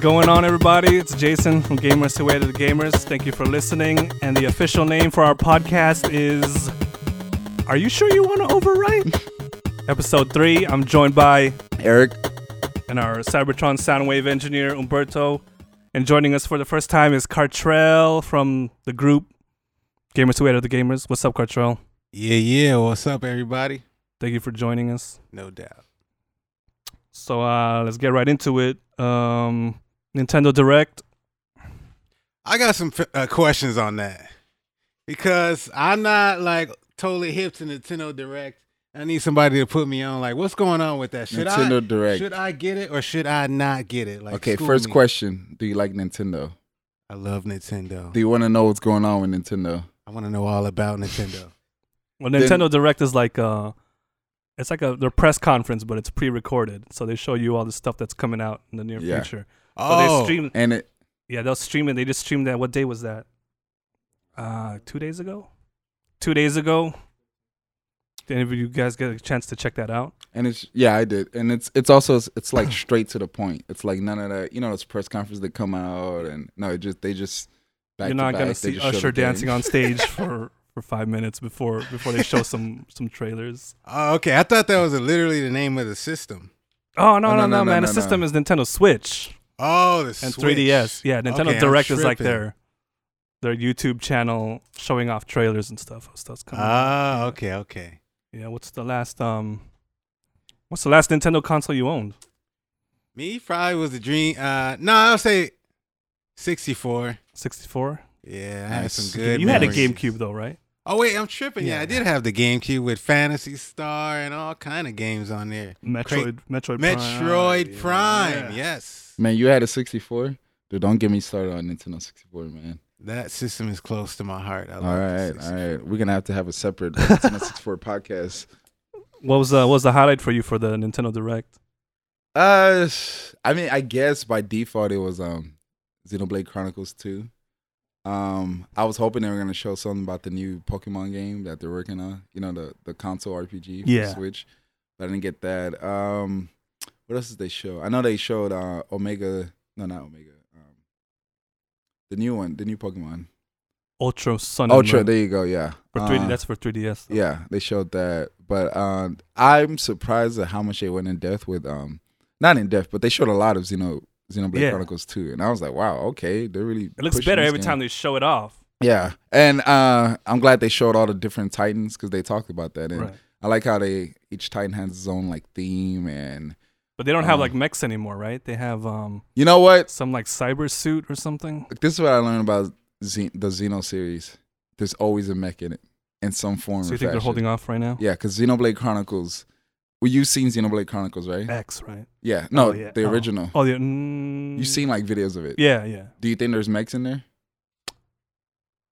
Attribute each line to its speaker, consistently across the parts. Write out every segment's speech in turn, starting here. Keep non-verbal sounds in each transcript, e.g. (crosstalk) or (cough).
Speaker 1: going on, everybody? It's Jason from Gamers Who Way to the Gamers. Thank you for listening. And the official name for our podcast is Are You Sure You Want to Overwrite? Episode 3. I'm joined by
Speaker 2: Eric,
Speaker 1: and our Cybertron Soundwave engineer, Umberto. And joining us for the first time is Cartrell from the group Gamers Who Way to the Gamers. What's up, Cartrell?
Speaker 3: Yeah, yeah. What's up, everybody?
Speaker 1: Thank you for joining us.
Speaker 3: No doubt.
Speaker 1: So uh, let's get right into it. Um, Nintendo Direct.
Speaker 3: I got some uh, questions on that because I'm not like totally hip to Nintendo Direct. I need somebody to put me on. Like, what's going on with that? Should
Speaker 2: Nintendo
Speaker 3: I
Speaker 2: Direct.
Speaker 3: should I get it or should I not get it? Like,
Speaker 2: okay,
Speaker 3: school
Speaker 2: first
Speaker 3: me.
Speaker 2: question: Do you like Nintendo?
Speaker 3: I love Nintendo.
Speaker 2: Do you want to know what's going on with Nintendo?
Speaker 3: I want to know all about
Speaker 2: (laughs)
Speaker 3: Nintendo.
Speaker 1: Well,
Speaker 2: Then-
Speaker 1: Nintendo Direct is like uh, it's like a their press conference, but it's pre-recorded, so they show you all the stuff that's coming out in the near
Speaker 2: Yeah.
Speaker 1: future. So they
Speaker 3: oh,
Speaker 1: stream,
Speaker 2: And it
Speaker 1: yeah, they'll stream it. They just streamed that. What day was that? Uh, two days ago. Two days ago. Did any of you guys get a chance to check that out?
Speaker 2: and it's yeah, I did. And it's it's also
Speaker 1: (clears throat)
Speaker 2: it's like straight to the point. It's like none of that. You know, those press conferences that come out and no, it just they just back
Speaker 1: You're
Speaker 2: to
Speaker 1: not
Speaker 2: back,
Speaker 1: gonna
Speaker 2: they
Speaker 1: see
Speaker 2: just show the
Speaker 1: Usher
Speaker 2: game.
Speaker 1: dancing
Speaker 2: (laughs)
Speaker 1: on stage for for five minutes before before they show some some trailers.
Speaker 3: oh, okay. I thought that was literally the name of the system.
Speaker 1: Oh no
Speaker 2: Oh,
Speaker 1: no no,
Speaker 2: no, no,
Speaker 1: man!
Speaker 2: no,
Speaker 1: the
Speaker 2: no.
Speaker 1: system is Nintendo Switch
Speaker 3: Oh, the
Speaker 1: and
Speaker 3: Switch.
Speaker 1: 3DS. Yeah, Nintendo
Speaker 3: Okay, I'm
Speaker 1: Direct is like
Speaker 3: tripping.
Speaker 1: their their YouTube channel showing off trailers and stuff. Stuff's coming. out.
Speaker 3: Ah, okay, okay.
Speaker 1: yeah, what's the last um, what's the last Nintendo console you owned?
Speaker 3: Me probably was a dream. Uh, no, I'll say 64.
Speaker 1: Sixty four.
Speaker 3: Yeah, I had
Speaker 2: Nice.
Speaker 3: some
Speaker 1: You
Speaker 3: good.
Speaker 1: had a
Speaker 3: memories.
Speaker 1: GameCube though, right?
Speaker 3: Oh wait, I'm tripping. Yeah,
Speaker 1: Yeah.
Speaker 3: I did have the GameCube with Fantasy Star and all kind of games on there.
Speaker 1: Metroid. Metroid. Prime.
Speaker 3: Metroid Prime, yes.
Speaker 2: Man, you had a 64. Dude, don't get me started on Nintendo 64, man.
Speaker 3: That system is close to my heart. I love
Speaker 2: All
Speaker 3: the
Speaker 2: right, all
Speaker 3: 64.
Speaker 2: right. We're gonna have to have a separate
Speaker 1: (laughs)
Speaker 2: Nintendo 64 podcast.
Speaker 1: What was uh, what was the highlight for you for the Nintendo Direct?
Speaker 2: Uh, I mean, I guess by default it was um, Xenoblade Chronicles Two. Um, I was hoping they were gonna show something about the new Pokemon game that they're working on. You know, the the console RPG for
Speaker 1: Yeah.
Speaker 2: Switch. But I didn't get that. Um, what else did they show? I know they showed uh Omega. No, not Omega. Um, the new one, the new Pokemon
Speaker 1: Ultra Sun. and
Speaker 2: Ultra.
Speaker 1: Moon.
Speaker 2: There you go. Yeah.
Speaker 1: Oh, for 3D.
Speaker 2: Uh,
Speaker 1: that's for 3DS. though.
Speaker 2: yeah, they showed that, but um, I'm surprised at how much they went in depth with um, not in depth, but they showed a lot of Xeno Xenoblade
Speaker 1: Yeah.
Speaker 2: Chronicles 2, and I was like, wow, okay, they're really
Speaker 1: It looks
Speaker 2: pushing
Speaker 1: better
Speaker 2: this
Speaker 1: every
Speaker 2: game.
Speaker 1: time they show it off.
Speaker 2: Yeah, and uh, I'm glad they showed all the different Titans because they talked about that, and
Speaker 1: Right.
Speaker 2: I like how they each Titan has its own like theme, and
Speaker 1: But they don't have
Speaker 2: Um,
Speaker 1: like mechs anymore, right? They have um
Speaker 2: you know what?
Speaker 1: some like cyber suit or something.
Speaker 2: This is what I learned about Ze- the Xeno series. There's always a mech in it in some form.
Speaker 1: So
Speaker 2: or
Speaker 1: you think they're
Speaker 2: fashion.
Speaker 1: holding off right now?
Speaker 2: Yeah, because Xenoblade Chronicles. Well, you've seen Xenoblade Chronicles, right?
Speaker 1: X, right?
Speaker 2: Yeah, no,
Speaker 1: Oh, yeah.
Speaker 2: the
Speaker 1: Oh.
Speaker 2: original.
Speaker 1: Oh, yeah. Mm,
Speaker 2: You've seen like videos of it.
Speaker 1: Yeah, yeah.
Speaker 2: Do you think there's mechs in there?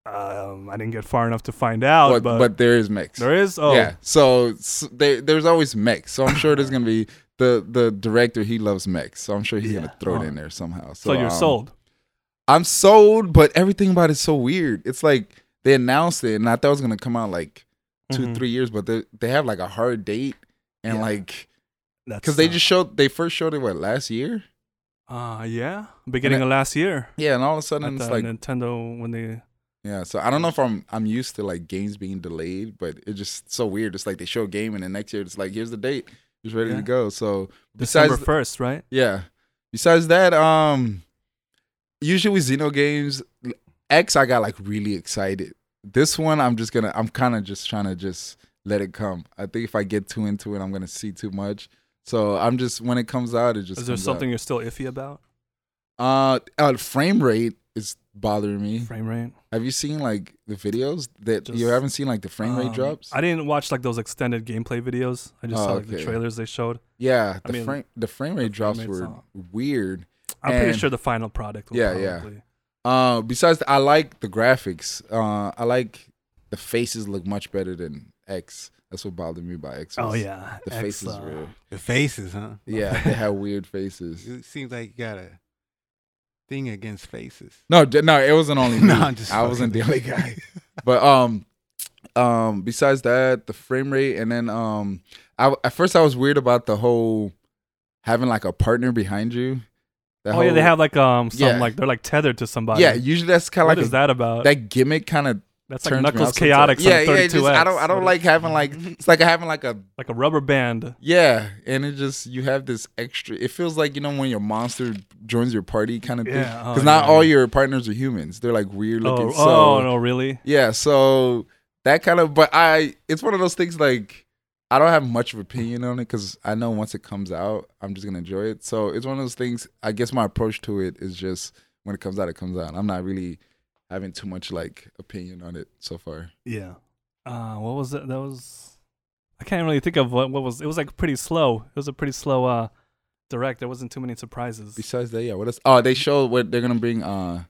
Speaker 1: Um, I didn't get far enough to find out,
Speaker 2: but,
Speaker 1: but,
Speaker 2: but there is mechs.
Speaker 1: there is. Oh,
Speaker 2: Yeah. So, s there, there's always mechs. So I'm sure there's gonna be the the director. He loves mechs. So I'm sure he's
Speaker 1: Yeah.
Speaker 2: gonna throw
Speaker 1: Oh.
Speaker 2: it in there somehow.
Speaker 1: so,
Speaker 2: So,
Speaker 1: you're
Speaker 2: um,
Speaker 1: sold.
Speaker 2: I'm sold, but everything about it's so weird. It's like they announced it, and I thought it was gonna come out like 2
Speaker 1: Mhm.
Speaker 2: three years, but they they have like a hard date, and
Speaker 1: Yeah.
Speaker 2: like
Speaker 1: That's
Speaker 2: because they
Speaker 1: uh,
Speaker 2: just showed they first showed it what last year.
Speaker 1: uh yeah, beginning
Speaker 2: And
Speaker 1: of last year.
Speaker 2: Yeah, and all of a sudden
Speaker 1: At
Speaker 2: it's
Speaker 1: the
Speaker 2: like
Speaker 1: Nintendo when they
Speaker 2: Yeah, so I don't know if I'm I'm used to like games being delayed, but it's just so weird. It's like they show a game and the next year it's like here's the date, it's ready
Speaker 1: Yeah.
Speaker 2: to go. So besides,
Speaker 1: December first, right?
Speaker 2: yeah, besides that, um, usually with Xeno games, X I got like really excited. This one I'm just gonna I'm kind of just trying to just let it come. I think if I get too into it, I'm gonna see too much. So I'm just when it comes out, it just
Speaker 1: Is there
Speaker 2: comes out.
Speaker 1: something you're still iffy about?
Speaker 2: Uh, uh, frame rate is bothering me.
Speaker 1: Frame rate.
Speaker 2: Have you seen like the videos that
Speaker 1: Just,
Speaker 2: you haven't seen like the frame rate
Speaker 1: Um,
Speaker 2: drops?
Speaker 1: I didn't watch like those extended gameplay videos. I just
Speaker 2: Oh,
Speaker 1: saw like the
Speaker 2: okay.
Speaker 1: trailers they showed.
Speaker 2: yeah,
Speaker 1: I
Speaker 2: the
Speaker 1: mean,
Speaker 2: frame the frame
Speaker 1: the
Speaker 2: rate
Speaker 1: frame
Speaker 2: drops
Speaker 1: rate's
Speaker 2: were
Speaker 1: not-
Speaker 2: weird.
Speaker 1: I'm pretty
Speaker 2: And-
Speaker 1: sure the final product. Will
Speaker 2: Yeah, yeah.
Speaker 1: probably-
Speaker 2: Uh, besides, I like the graphics. Uh, I like the faces look much better than X. That's what bothered me about X.
Speaker 1: Oh
Speaker 2: was
Speaker 1: yeah,
Speaker 2: the
Speaker 1: X,
Speaker 2: faces
Speaker 1: uh, (laughs)
Speaker 2: were
Speaker 3: The faces, huh?
Speaker 2: yeah, they had weird faces.
Speaker 3: It seems like you got a thing against faces.
Speaker 2: No, d- no, it wasn't only me.
Speaker 3: (laughs) No, I'm just
Speaker 2: I wasn't the
Speaker 3: fucking-
Speaker 2: only guy. But um, um, besides that, the frame rate, and then um, I at first I was weird about the whole having like a partner behind you. That
Speaker 1: Oh yeah, they
Speaker 2: whole-
Speaker 1: have like um something
Speaker 2: Yeah.
Speaker 1: like they're like tethered to somebody.
Speaker 2: Yeah, usually that's kind
Speaker 1: What
Speaker 2: of
Speaker 1: is
Speaker 2: like a-
Speaker 1: that about?
Speaker 2: that gimmick kind of
Speaker 1: That's like
Speaker 2: turns me
Speaker 1: Knuckles
Speaker 2: off sometimes.
Speaker 1: Chaotix
Speaker 2: Yeah,
Speaker 1: on
Speaker 2: yeah. it
Speaker 1: 32X.
Speaker 2: Just, I don't I
Speaker 1: What
Speaker 2: don't
Speaker 1: is-
Speaker 2: like having
Speaker 1: (laughs)
Speaker 2: like it's like having like a
Speaker 1: like a rubber band.
Speaker 2: yeah, and it just you have this extra. It feels like you know when your monster joins your party
Speaker 3: (laughs)
Speaker 2: kind of thing. (laughs)
Speaker 1: Yeah, oh,
Speaker 2: Because not
Speaker 1: yeah.
Speaker 2: all your partners are humans; they're like weird looking.
Speaker 1: Oh,
Speaker 2: so,
Speaker 1: oh no, really?
Speaker 2: Yeah, so that kind of, but I, it's one of those things like I don't have much of opinion on it because I know once it comes out, I'm just gonna enjoy it. So it's one of those things. I guess my approach to it is just when it comes out, it comes out. I'm not really having too much like opinion on it so far.
Speaker 1: Yeah. Uh, what was that? That was I can't really think of what what was. It was like pretty slow. It was a pretty slow uh direct. There wasn't too many surprises.
Speaker 2: Besides that, yeah, what else? Oh, they showed what they're gonna bring uh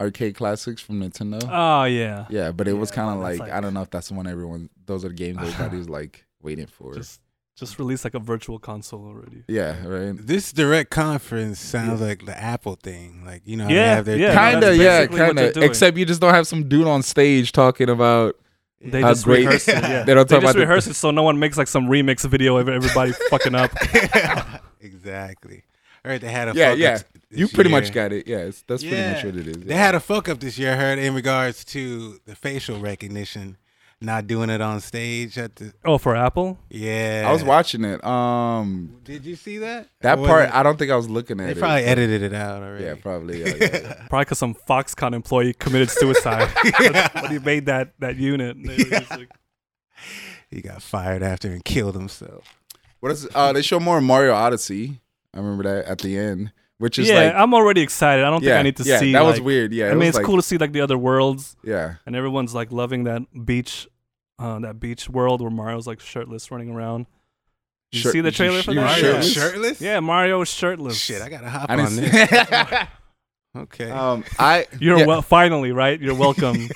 Speaker 2: arcade classics from Nintendo.
Speaker 1: Oh yeah.
Speaker 2: yeah, but it was
Speaker 1: yeah,
Speaker 2: kind of
Speaker 1: that's
Speaker 2: like,
Speaker 1: like-
Speaker 2: I don't know if that's the one everyone. Those are the games
Speaker 1: (laughs)
Speaker 2: everybody's like waiting for.
Speaker 1: Just just release like a virtual console already.
Speaker 2: yeah, right.
Speaker 3: This direct conference sounds like the Apple thing. Like you know, how they
Speaker 1: Yeah,
Speaker 3: have their
Speaker 2: (laughs)
Speaker 1: yeah,
Speaker 3: thing.
Speaker 1: that's
Speaker 2: Kind of, yeah,
Speaker 1: basically what
Speaker 2: kind
Speaker 1: they're
Speaker 2: of.
Speaker 1: doing.
Speaker 2: Except you just don't have some dude on stage talking about.
Speaker 1: (laughs) They
Speaker 2: How
Speaker 1: just
Speaker 2: great-
Speaker 1: rehearsed it. Yeah.
Speaker 2: They don't
Speaker 1: They
Speaker 2: (laughs)
Speaker 1: just
Speaker 2: talk about. the-
Speaker 1: rehearsed it so no one makes like some remix video of
Speaker 2: (laughs)
Speaker 1: everybody fucking up.
Speaker 3: (laughs) exactly. I heard they had a
Speaker 2: Yeah,
Speaker 3: fuck
Speaker 2: yeah.
Speaker 3: up this
Speaker 2: you pretty much
Speaker 3: year.
Speaker 2: got it. Yeah, it's, that's pretty much
Speaker 3: Yeah.
Speaker 2: what it is.
Speaker 3: They had a fuck up this year. I heard in regards to the facial recognition, not doing it on stage at the
Speaker 1: Oh, for Apple?
Speaker 3: yeah.
Speaker 2: I was watching it. Um,
Speaker 3: Did you see that?
Speaker 2: that
Speaker 3: Or was
Speaker 2: part
Speaker 3: it-
Speaker 2: I don't think I was looking at
Speaker 3: they
Speaker 2: it.
Speaker 3: probably edited it out already.
Speaker 2: yeah, probably. yeah, yeah, yeah.
Speaker 1: Probably because some Foxconn employee committed suicide (laughs) when he made that that unit. They
Speaker 2: (laughs)
Speaker 1: were just like-
Speaker 3: (laughs) he got fired after and killed himself.
Speaker 2: What is? Uh, they show more Mario Odyssey. I remember that at the end, which is
Speaker 1: yeah,
Speaker 2: like.
Speaker 1: I'm already excited. I don't
Speaker 2: yeah,
Speaker 1: think I need to
Speaker 2: yeah,
Speaker 1: see.
Speaker 2: that was
Speaker 1: like-
Speaker 2: weird. Yeah,
Speaker 1: I mean, it's
Speaker 2: like,
Speaker 1: cool to see like the other worlds,
Speaker 2: Yeah,
Speaker 1: and everyone's like loving that beach, uh, that beach world where Mario's like shirtless running around. Did you
Speaker 2: Shirt-
Speaker 1: see the
Speaker 2: sh-
Speaker 1: trailer for
Speaker 2: you were
Speaker 1: that?
Speaker 3: Mario
Speaker 2: shirtless?
Speaker 3: shirtless?
Speaker 1: Yeah, Mario's shirtless.
Speaker 3: Shit, I gotta hop
Speaker 2: I
Speaker 3: on
Speaker 2: didn't
Speaker 3: this.
Speaker 2: see.
Speaker 3: (laughs)
Speaker 1: (laughs)
Speaker 3: Okay.
Speaker 1: Uh,
Speaker 2: um, I
Speaker 1: You're
Speaker 2: yeah.
Speaker 1: well, finally right. You're
Speaker 2: (laughs)
Speaker 1: welcome.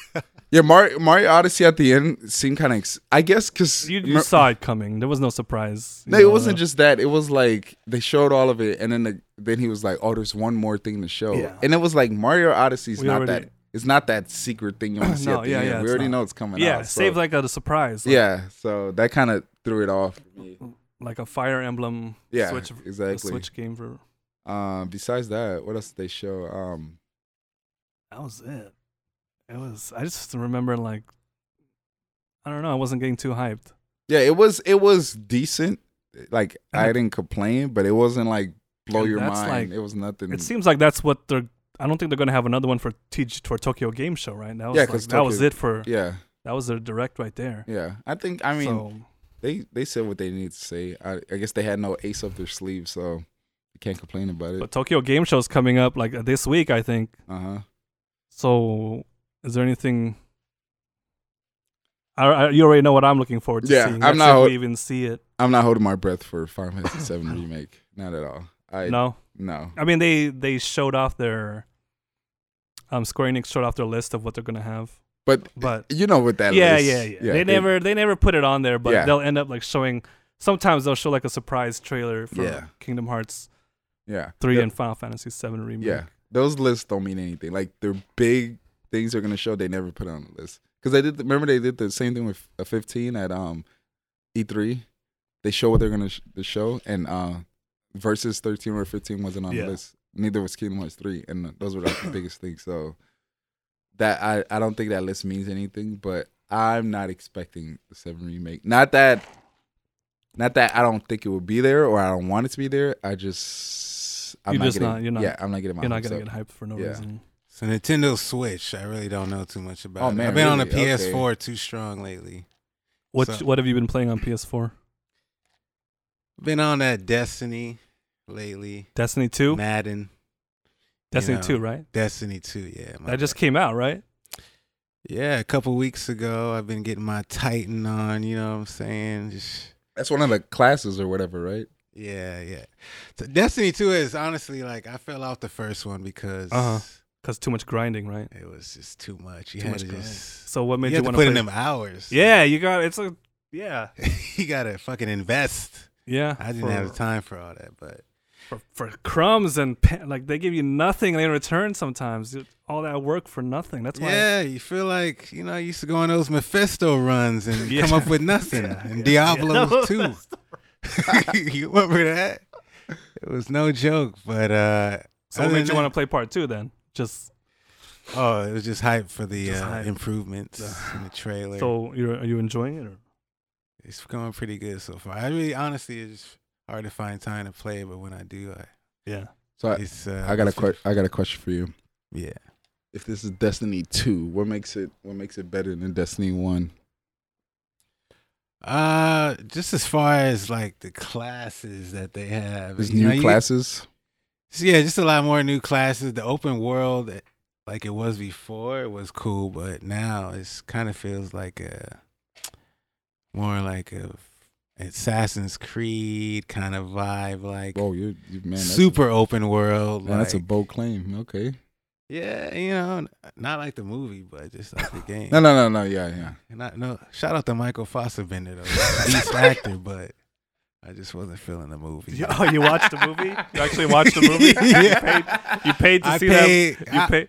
Speaker 2: Yeah, Mario, Mario Odyssey at the end seemed kind of. Ex- I guess because
Speaker 1: you you saw it coming. There was no surprise. You
Speaker 2: No,
Speaker 1: know,
Speaker 2: it wasn't
Speaker 1: uh,
Speaker 2: just that. It was like they showed all of it, and then the, then he was like, "Oh, there's one more thing to show,"
Speaker 1: Yeah.
Speaker 2: and it was like Mario Odyssey's
Speaker 1: We
Speaker 2: not
Speaker 1: already-
Speaker 2: that. It's not that secret
Speaker 1: (laughs)
Speaker 2: thing you want to see
Speaker 1: No,
Speaker 2: at the
Speaker 1: yeah,
Speaker 2: end.
Speaker 1: yeah,
Speaker 2: we
Speaker 1: it's
Speaker 2: already
Speaker 1: not.
Speaker 2: know it's coming
Speaker 1: yeah,
Speaker 2: out. so-
Speaker 1: save like a surprise. Like,
Speaker 2: yeah, so that kind of threw it off.
Speaker 1: like a Fire Emblem
Speaker 2: Yeah,
Speaker 1: Switch a
Speaker 2: exactly.
Speaker 1: Switch game for.
Speaker 2: Um, besides that, what else did they show? Um,
Speaker 1: That was it. It was. I just remember like, I don't know. I wasn't getting too hyped.
Speaker 2: yeah, it was it was decent. Like
Speaker 1: And
Speaker 2: I
Speaker 1: it-
Speaker 2: didn't complain, but it wasn't like blow
Speaker 1: And
Speaker 2: your
Speaker 1: that's,
Speaker 2: mind.
Speaker 1: like-
Speaker 2: it was nothing.
Speaker 1: It seems like that's what they're. I don't think they're gonna have another one for TG for Tokyo Game Show, right? That was
Speaker 2: Yeah,
Speaker 1: like,
Speaker 2: 'cause
Speaker 1: that was
Speaker 2: Tokyo-
Speaker 1: it for.
Speaker 2: yeah,
Speaker 1: That was their direct right there.
Speaker 2: yeah. I think I mean
Speaker 1: so,
Speaker 2: they they said what they needed to say. I, I guess they had no ace up their sleeve, so you can't complain about it.
Speaker 1: but Tokyo Game Show's coming up like uh, this week, I think.
Speaker 2: Uh huh.
Speaker 1: So, is there anything? I, I, you already know what I'm looking forward to
Speaker 2: Yeah,
Speaker 1: seeing. That's
Speaker 2: I'm not-
Speaker 1: if we even see it.
Speaker 2: I'm not holding my breath for Final
Speaker 1: (laughs)
Speaker 2: Fantasy Seven remake. Not at all. I no.
Speaker 1: no, I mean they they showed off their. Um, Square Enix showed off their list of what they're gonna have,
Speaker 2: But
Speaker 1: but
Speaker 2: you know what that
Speaker 1: yeah,
Speaker 2: is.
Speaker 1: yeah, yeah, They never they never put it on there, but
Speaker 2: Yeah.
Speaker 1: they'll end up like showing. Sometimes they'll show like a surprise trailer for
Speaker 2: Yeah.
Speaker 1: Kingdom Hearts
Speaker 2: yeah.
Speaker 1: three
Speaker 2: Th-
Speaker 1: and Final Fantasy seven remake.
Speaker 2: yeah. Those lists don't mean anything. Like they're big things they're gonna show. They never put on the list because they did. Remember they did the same thing with a 15 at um E3. They show what they're gonna sh- the show and uh versus 13 or 15 wasn't on
Speaker 1: Yeah.
Speaker 2: the list. Neither was Kingdom Hearts three, and those were like the biggest things. So that I I don't think that list means anything. But I'm not expecting the seven remake. Not that. Not that I don't think it will be there or I don't want it to be there. I just I'm
Speaker 1: You're
Speaker 2: not
Speaker 1: just
Speaker 2: getting
Speaker 1: not- you're not-
Speaker 2: yeah I'm not getting my
Speaker 1: You're not
Speaker 2: hopes
Speaker 1: gonna
Speaker 2: up.
Speaker 1: get hyped for no
Speaker 2: Yeah.
Speaker 1: reason.
Speaker 3: so Nintendo Switch, I really don't know too much about.
Speaker 2: Oh,
Speaker 3: it.
Speaker 2: man,
Speaker 3: I've been on a
Speaker 2: really? Okay.
Speaker 3: PS4 too strong lately.
Speaker 1: What
Speaker 3: So-
Speaker 1: what have you been playing on PS4?
Speaker 3: Been on that Destiny lately.
Speaker 1: Destiny two,
Speaker 3: Madden.
Speaker 1: Destiny
Speaker 3: know,
Speaker 1: two, right?
Speaker 3: Destiny 2, yeah. my
Speaker 1: That just
Speaker 3: bad.
Speaker 1: came out, right?
Speaker 3: Yeah, a couple weeks ago, I've been getting my Titan on, you know what I'm saying? Just
Speaker 2: That's one of the classes or whatever, right?
Speaker 3: yeah, yeah. So Destiny 2 is honestly like I fell off the first one because
Speaker 1: Uh-huh. Cause too much grinding, right?
Speaker 3: it was just too much. You
Speaker 1: Too
Speaker 3: had
Speaker 1: much
Speaker 3: to
Speaker 1: grind.
Speaker 3: just
Speaker 1: So what made
Speaker 3: you
Speaker 1: you,
Speaker 3: had to
Speaker 1: want
Speaker 3: put
Speaker 1: to
Speaker 3: in them hours.
Speaker 1: Yeah, you got it's a yeah
Speaker 3: (laughs) you gotta fucking invest.
Speaker 1: yeah.
Speaker 3: I didn't
Speaker 1: for,
Speaker 3: have the time for all that, but
Speaker 1: for, for crumbs and pe- like they give you nothing in return. Sometimes all that work for nothing. That's why
Speaker 3: yeah, you feel like you know I used to go on those Mephisto runs and
Speaker 1: Yeah.
Speaker 3: come up
Speaker 1: (laughs)
Speaker 3: with nothing. And
Speaker 1: Yeah.
Speaker 3: Diablo too. (laughs) you remember that? It was no joke, but uh
Speaker 1: So what
Speaker 3: Other than
Speaker 1: made you
Speaker 3: that-
Speaker 1: want to play part two then? Just
Speaker 3: Oh, it was just hype for the
Speaker 1: Just
Speaker 3: uh,
Speaker 1: hype.
Speaker 3: improvements in the trailer.
Speaker 1: so you're are you enjoying it? Or?
Speaker 3: it's going pretty good so far. I really, honestly, it's just hard to find time to play, but when I do, I,
Speaker 1: Yeah.
Speaker 2: So I,
Speaker 3: it's. Uh,
Speaker 2: I got a
Speaker 3: it's-
Speaker 2: que- I got a question for you.
Speaker 3: Yeah.
Speaker 2: If this is Destiny two, what makes it what makes it better than Destiny one?
Speaker 3: Uh, just as far as like the classes that they have,
Speaker 2: There's
Speaker 3: you
Speaker 2: new
Speaker 3: know, you-
Speaker 2: classes.
Speaker 3: So, yeah, just a lot more new classes. The open world, eh, like it was before, it was cool, but now it's kind of feels like a more like a Assassin's Creed kind of vibe, like
Speaker 2: Whoa, you you man, that's a-
Speaker 3: super open world.
Speaker 2: man, that's a
Speaker 3: like-
Speaker 2: bold claim. Okay.
Speaker 3: yeah, you know, n- not like the movie, but just like
Speaker 2: (laughs)
Speaker 3: the game.
Speaker 2: No, no, no, no. Yeah, yeah.
Speaker 3: And I, no, shout out to Michael Fassbender though, beast actor, but I just wasn't feeling the
Speaker 2: (laughs)
Speaker 3: movie.
Speaker 1: You, (laughs) oh, you watched the movie? You actually watched the movie?
Speaker 3: (laughs) Yeah.
Speaker 1: You paid, you paid to
Speaker 3: I
Speaker 1: see
Speaker 3: paid.
Speaker 1: that. You
Speaker 3: I-
Speaker 1: paid.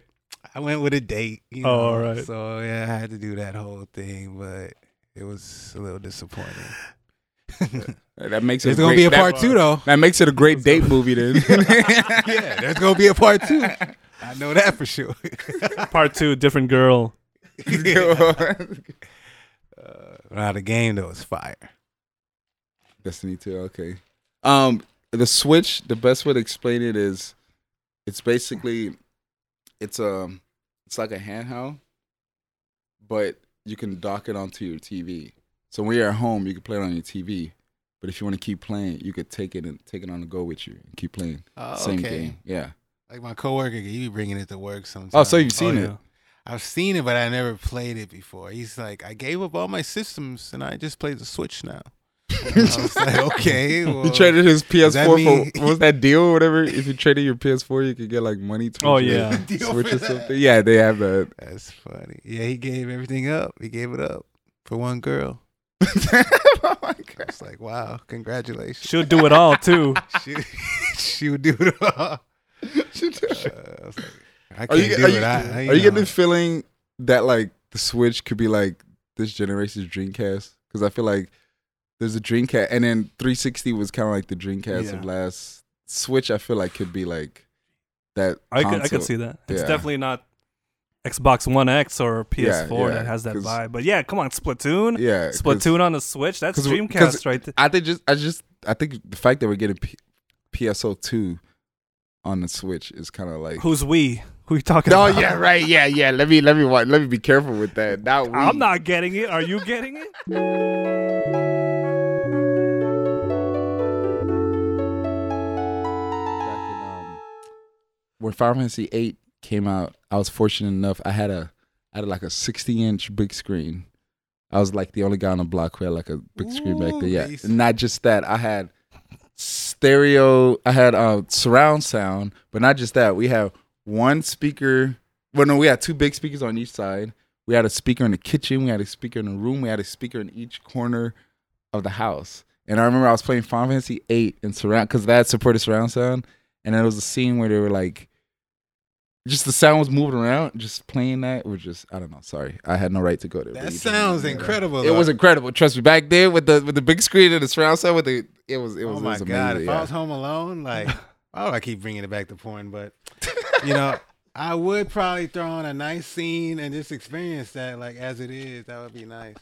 Speaker 3: I went with a date. You know?
Speaker 1: Oh, all right.
Speaker 3: So yeah, I had to do that whole thing, but it was a little disappointing.
Speaker 2: Uh, That makes it
Speaker 3: There's gonna be a
Speaker 2: great-
Speaker 3: part
Speaker 2: that-
Speaker 3: two (laughs) though.
Speaker 2: That makes it
Speaker 1: (laughs)
Speaker 2: a great date
Speaker 3: (laughs)
Speaker 2: movie then. (laughs)
Speaker 3: yeah, there's gonna be a part (laughs) two. I know that for sure.
Speaker 1: Part two, different girl.
Speaker 3: nah, the game though is fire.
Speaker 2: Destiny 2, okay. Um the Switch, the best way to explain it is it's basically it's a it's like a handheld, but you can dock it onto your TV. So when you're at home, you can play it on your TV. But if you want to keep playing, you could take it and take it on the go with you and keep playing.
Speaker 3: Oh,
Speaker 2: Same game. Yeah.
Speaker 3: Like my coworker, he be bringing it to work sometimes.
Speaker 2: Oh, so you've seen
Speaker 1: oh,
Speaker 2: it.
Speaker 1: yeah.
Speaker 3: I've seen it, but I never played it before. He's like, I gave up all my systems and I just play the Switch
Speaker 2: (laughs)
Speaker 3: now. And (laughs) I was like, okay. Well,
Speaker 2: He traded his PS4 for
Speaker 3: mean-
Speaker 2: what was that deal or whatever? If you traded your PS4, you could get like money.
Speaker 1: Oh,
Speaker 2: towards your
Speaker 1: yeah.
Speaker 3: (laughs) Deal
Speaker 2: Switch
Speaker 3: for
Speaker 2: or
Speaker 3: that.
Speaker 2: something. Yeah, they have that.
Speaker 3: That's funny. Yeah, he gave everything up. He gave it up for one girl.
Speaker 2: oh my god!
Speaker 3: It's like, wow, congratulations.
Speaker 1: She'll do it all too.
Speaker 3: (laughs) She, she would do it all. (laughs) Uh, I, was like, I
Speaker 2: Are
Speaker 3: can't
Speaker 2: you
Speaker 3: do
Speaker 2: are
Speaker 3: it.
Speaker 2: you,
Speaker 3: I, I-
Speaker 2: are you
Speaker 3: know,
Speaker 2: getting the feeling that like the Switch could be like this generation's Dreamcast? Because I feel like there's a Dreamcast, and then 360 was kind of like the Dreamcast
Speaker 1: Yeah.
Speaker 2: of last Switch. I feel like could be like that.
Speaker 1: I could, I
Speaker 2: console.
Speaker 1: could see that. It's
Speaker 2: Yeah.
Speaker 1: definitely not Xbox One X or PS4
Speaker 2: yeah,
Speaker 1: that has that
Speaker 2: 'cause-
Speaker 1: vibe. But yeah, come on, Splatoon.
Speaker 2: Yeah, 'cause
Speaker 1: Splatoon on the Switch. That's
Speaker 2: 'cause- 'cause-
Speaker 1: Dreamcast right there.
Speaker 2: I think just I just I think the fact that we're getting P- PSO two on the Switch is kind of like.
Speaker 1: Who's we? Who you talking
Speaker 2: No,
Speaker 1: about?
Speaker 2: yeah, right, yeah, yeah. Let me, let me, wa- let me be careful with that. Not
Speaker 1: (laughs)
Speaker 2: we.
Speaker 1: I'm not getting it. Are you getting it?
Speaker 2: back in, um, when Final Fantasy VIII came out, I was fortunate enough. I had a, I had like a 60 inch big screen. I was like the only guy on the block who had like a big screen back there.
Speaker 3: Ooh,
Speaker 2: Yeah,
Speaker 3: nice.
Speaker 2: not just that. I had stereo. I had uh, surround sound, but not just that. We have one speaker. Well, no, we had two big speakers on each side. We had a speaker in the kitchen. We had a speaker in the room. We had a speaker in each corner of the house. And I remember I was playing Final Fantasy VIII and surround because that supported surround sound. And there was a scene where they were like, just the sound was moving around. Just playing that was just I don't know. Sorry, I had no right to go there.
Speaker 3: That
Speaker 2: but you did.
Speaker 3: sounds
Speaker 2: Yeah.
Speaker 3: incredible.
Speaker 2: It was
Speaker 3: though.
Speaker 2: incredible. Trust me, back there with the with the big screen and the surround sound with the it was it was.
Speaker 3: oh
Speaker 2: it
Speaker 3: my
Speaker 2: was
Speaker 3: god!
Speaker 2: amazing,
Speaker 3: If
Speaker 2: yeah.
Speaker 3: I was home alone,
Speaker 2: (laughs)
Speaker 3: like, why do I keep bringing it back to porn? But you know, I would probably throw on a nice scene and just experience that, like as it is. That would be nice.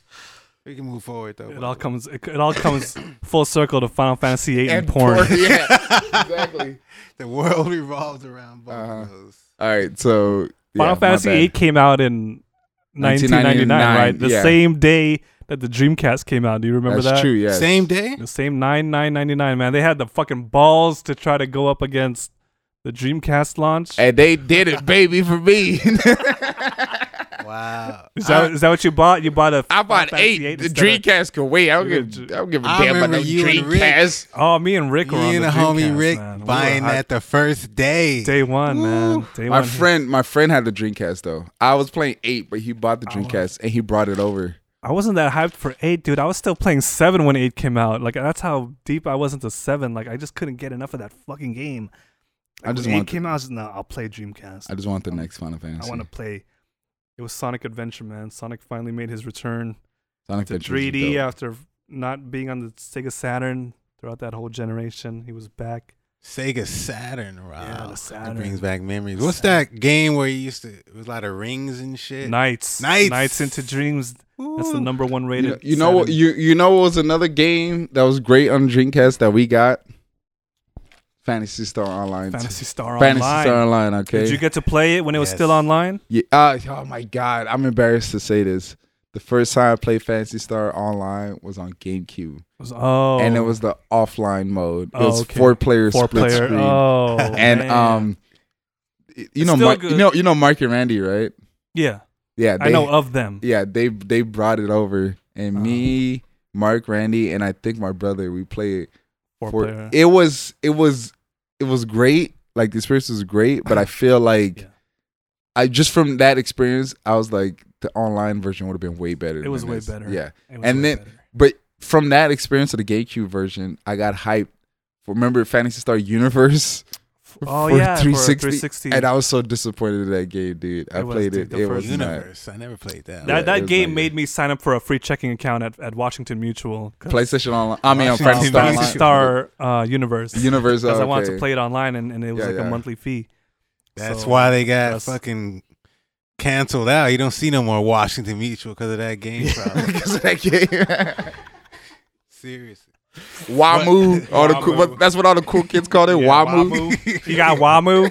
Speaker 3: We can move forward though.
Speaker 1: It all comes. It, it all
Speaker 2: (coughs)
Speaker 1: comes full circle to Final Fantasy VIII and, porn.
Speaker 2: yeah, (laughs) exactly.
Speaker 3: (laughs) the world (laughs) revolves around both
Speaker 2: Uh-huh.
Speaker 3: of those.
Speaker 2: All right, so yeah,
Speaker 1: Final
Speaker 2: my
Speaker 1: Fantasy
Speaker 2: bad.
Speaker 1: VIII came out in 1999,
Speaker 2: 1999,
Speaker 1: right? The
Speaker 2: yeah.
Speaker 1: same day that the Dreamcast came out. Do you remember
Speaker 2: That's
Speaker 1: that?
Speaker 2: true. Yeah,
Speaker 3: Same day.
Speaker 1: (laughs) The same nine nine ninety nine. Man, they had the fucking balls to try to go up against the Dreamcast launch.
Speaker 2: and they did it, baby, for me. (laughs)
Speaker 3: Wow.
Speaker 1: Is that is that what you bought? You bought a
Speaker 2: I bought
Speaker 1: Final Fantasy
Speaker 2: eight. The
Speaker 1: instead of-
Speaker 2: Dreamcast could wait. I don't
Speaker 1: You
Speaker 2: give.
Speaker 1: could-
Speaker 2: I don't give a
Speaker 3: I
Speaker 2: damn about
Speaker 3: remember
Speaker 2: no
Speaker 3: you and Rick
Speaker 2: Dreamcast.
Speaker 1: oh, me and Rick were on
Speaker 3: Me and
Speaker 1: the
Speaker 3: the homie
Speaker 1: Dreamcast,
Speaker 3: Rick
Speaker 1: man. We were
Speaker 3: buying
Speaker 1: hyped.
Speaker 3: that the first day.
Speaker 1: day one, man. Day
Speaker 2: My
Speaker 1: one.
Speaker 2: friend, my friend had the Dreamcast though. I was playing eight, but he bought the
Speaker 1: Oh.
Speaker 2: Dreamcast and he brought it over.
Speaker 1: I wasn't that hyped for eight, dude. I was still playing seven when eight came out. Like that's how deep I was into seven. Like I just couldn't get enough of that fucking game.
Speaker 2: I just
Speaker 1: when eight
Speaker 2: want the-
Speaker 1: came out. I was just, no, I'll play Dreamcast.
Speaker 2: I just want the next Final Fantasy.
Speaker 1: I want to play. It was Sonic Adventure, man. Sonic finally made his return
Speaker 2: Sonic
Speaker 1: to
Speaker 2: Adventure is
Speaker 1: 3D
Speaker 2: dope.
Speaker 1: after not being on the Sega Saturn throughout that whole generation. He was back.
Speaker 3: Sega Saturn, Rob.
Speaker 1: Yeah, the Saturn.
Speaker 3: That brings back memories. What's that game where you used to? It was a lot of rings and shit.
Speaker 1: Nights.
Speaker 3: Nights.
Speaker 1: Nights into Dreams. That's the
Speaker 3: Ooh.
Speaker 1: number one
Speaker 2: You know,
Speaker 1: rated.
Speaker 2: you know what?
Speaker 1: Saturn.
Speaker 2: You you know what was another game that was great on Dreamcast that we got? Fantasy Star Online.
Speaker 1: Fantasy Star
Speaker 2: Fantasy
Speaker 1: Online.
Speaker 2: Star Online. Okay.
Speaker 1: Did you get to play it when it was
Speaker 3: Yes.
Speaker 1: still online?
Speaker 2: Yeah. Uh, oh my God, I'm embarrassed to say this. The first time I played Fantasy Star Online was on GameCube,
Speaker 1: It was- oh,
Speaker 2: and it was the offline mode. It
Speaker 1: Oh,
Speaker 2: was
Speaker 1: okay.
Speaker 2: four player
Speaker 1: four
Speaker 2: split
Speaker 1: player.
Speaker 2: screen,
Speaker 1: Oh,
Speaker 2: and
Speaker 1: man.
Speaker 2: um, y- you know,
Speaker 1: Still
Speaker 2: Mike, you
Speaker 1: good.
Speaker 2: know, you know, Mike and Randy, right?
Speaker 1: yeah,
Speaker 2: Yeah,
Speaker 1: I know of them.
Speaker 2: Yeah, they they brought it over, and
Speaker 1: Oh.
Speaker 2: me, Mark, Randy, and I think my brother we played.
Speaker 1: Four
Speaker 2: for-
Speaker 1: player.
Speaker 2: It was it was it was great. Like the experience was great, but I feel like
Speaker 1: Yeah.
Speaker 2: I just from that experience, I was like the online version would have been way better.
Speaker 1: It
Speaker 2: than
Speaker 1: was way
Speaker 2: this.
Speaker 1: better.
Speaker 2: Yeah,
Speaker 1: It was
Speaker 2: and
Speaker 1: way
Speaker 2: then-
Speaker 1: better.
Speaker 2: but from that experience of the GameCube version, I got hyped. For, remember Fantasy Star Universe,
Speaker 1: oh
Speaker 2: for
Speaker 1: yeah,
Speaker 2: 360,
Speaker 1: 360.
Speaker 2: and I was so disappointed in that game, dude. I
Speaker 1: It was,
Speaker 2: played
Speaker 1: dude,
Speaker 2: it.
Speaker 1: the
Speaker 2: It
Speaker 1: first
Speaker 2: was not.
Speaker 3: Universe. I never played
Speaker 1: that
Speaker 3: that.
Speaker 2: yeah, it
Speaker 1: that
Speaker 2: was
Speaker 1: game
Speaker 2: not
Speaker 1: made
Speaker 2: good.
Speaker 1: me sign up for a free checking account at, at Washington Mutual. 'cause (laughs)
Speaker 2: PlayStation Online. I mean, on
Speaker 3: Washington
Speaker 2: Fantasy Star
Speaker 1: Fantasy
Speaker 2: Online.
Speaker 3: Universe.
Speaker 1: Star uh, Universe.
Speaker 2: Universe.
Speaker 1: Because I wanted
Speaker 2: okay.
Speaker 1: to play it online, and, and it was
Speaker 2: Yeah,
Speaker 1: like
Speaker 2: yeah.
Speaker 1: a monthly fee.
Speaker 3: That's
Speaker 1: So,
Speaker 3: why they got
Speaker 1: that's-
Speaker 3: fucking canceled out. You don't see no more Washington Mutual because of that game.
Speaker 1: (laughs)
Speaker 2: (laughs)
Speaker 3: Probably.
Speaker 2: because of that game. (laughs)
Speaker 3: Seriously.
Speaker 2: Wamu. All the cool,
Speaker 3: Wamu.
Speaker 2: that's what all the cool kids called it. Wamu.
Speaker 1: (laughs) (laughs) You got
Speaker 2: (laughs)
Speaker 1: Wamu.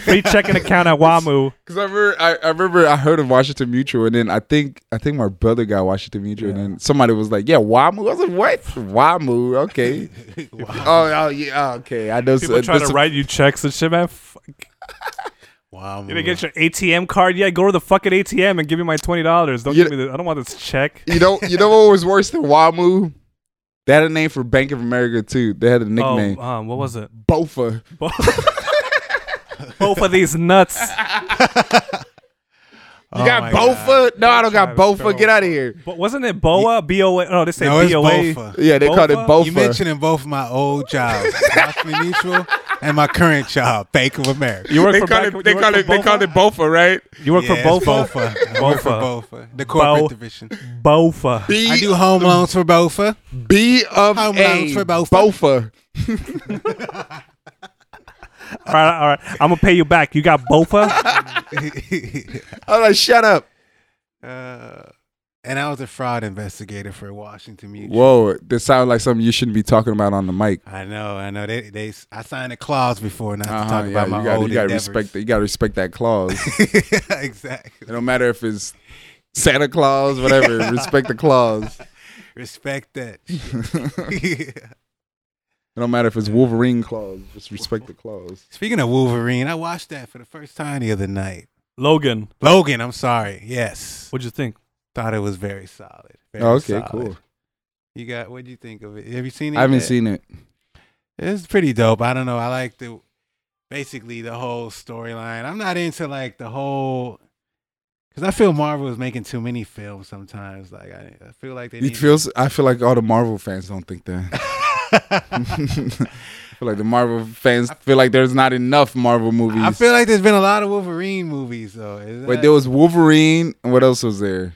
Speaker 1: Free checking account at Wamu.
Speaker 2: Because I remember, I, I remember, I heard of Washington Mutual, and then I think, I think my brother got Washington Mutual,
Speaker 1: Yeah.
Speaker 2: and then somebody was like, "Yeah, Wamu." I was like, "What? Wamu?
Speaker 1: (laughs)
Speaker 2: Okay.
Speaker 3: Wow.
Speaker 2: oh, oh, yeah. oh, Okay. I know.
Speaker 1: People
Speaker 2: so-
Speaker 1: trying
Speaker 2: this-
Speaker 1: to write you checks and shit, man. Fuck.
Speaker 3: wow.
Speaker 1: You didn't
Speaker 2: Mm.
Speaker 1: get your ATM card yet? Go to the fucking ATM and give me my twenty dollars. Don't
Speaker 2: You-
Speaker 1: give me the. I don't want this check.
Speaker 2: you know, you know what was worse than Wamu? They had a name for Bank of America too. They had a nickname,
Speaker 1: Oh, um, what was
Speaker 3: (laughs)
Speaker 1: it?
Speaker 2: Bofa.
Speaker 1: Both of these
Speaker 3: (laughs)
Speaker 1: nuts.
Speaker 2: You
Speaker 3: Oh
Speaker 2: got Bofa? No, I don't got
Speaker 1: oh Travis
Speaker 2: Bofa. Get out of here.
Speaker 1: But wasn't it Boa? B-O-A? No, oh, they say
Speaker 3: No, it's
Speaker 1: B-O-A.
Speaker 3: Bofa.
Speaker 2: Yeah, they called it
Speaker 1: Bofa?
Speaker 2: Bofa.
Speaker 3: You mentioning both my old jobs, Washington Mutual, and my current job, Bank of America.
Speaker 1: You work
Speaker 2: they
Speaker 1: for
Speaker 2: call
Speaker 1: Bank-
Speaker 2: it they
Speaker 1: you work
Speaker 2: call
Speaker 1: for
Speaker 2: it they
Speaker 1: Bofa?
Speaker 2: call it Bofa, right?
Speaker 1: You work
Speaker 3: Yeah, it's
Speaker 1: for Bofa?
Speaker 3: Bofa. I work for
Speaker 1: Bofa.
Speaker 3: Bofa. The corporate
Speaker 1: Bo-
Speaker 3: division.
Speaker 1: Bofa.
Speaker 2: B
Speaker 3: I do home loans for Bofa.
Speaker 2: B of
Speaker 3: Home
Speaker 2: A
Speaker 3: loans for Bofa.
Speaker 2: Bofa.
Speaker 1: All right, all right. I'm gonna pay you back. You got Bofa.
Speaker 2: I'm like, shut up.
Speaker 3: (laughs) uh, and I was a fraud investigator for Washington Mutual.
Speaker 2: Whoa, this sounds like something you shouldn't be talking about on the mic.
Speaker 3: I know, I know. They, they, I signed a clause before not
Speaker 2: Uh-huh,
Speaker 3: to talk about
Speaker 2: yeah,
Speaker 3: my
Speaker 2: you gotta,
Speaker 3: old
Speaker 2: you gotta
Speaker 3: endeavors.
Speaker 2: respect that. You gotta respect that
Speaker 3: (laughs)
Speaker 2: clause. it
Speaker 3: exactly. (laughs)
Speaker 2: don't matter if it's Santa Claus, whatever. respect the clause. (laughs)
Speaker 3: Respect that. (laughs)
Speaker 2: It don't matter if it's Wolverine clause. Just respect the clause.
Speaker 3: Speaking of Wolverine, I watched that for the first time the other night.
Speaker 1: Logan,
Speaker 3: Logan, I'm sorry. Yes,
Speaker 1: what'd you think?
Speaker 3: thought it was very solid. Very
Speaker 2: Oh, okay,
Speaker 3: solid.
Speaker 2: cool.
Speaker 3: You got what do you think of it? Have you seen it?
Speaker 2: I haven't
Speaker 3: yet?
Speaker 2: seen it.
Speaker 3: It's pretty dope. I don't know. I like the basically the whole storyline. I'm not into like the whole because I feel Marvel is making too many films sometimes. Like I, I feel like they
Speaker 2: It
Speaker 3: need. (laughs)
Speaker 2: feels. I feel like all the Marvel fans don't think that. (laughs) I feel like the Marvel fans feel like there's not enough Marvel movies.
Speaker 3: I feel like there's been a lot of Wolverine movies though. Is
Speaker 2: Wait,
Speaker 3: that-
Speaker 2: there was Wolverine, and what else was there?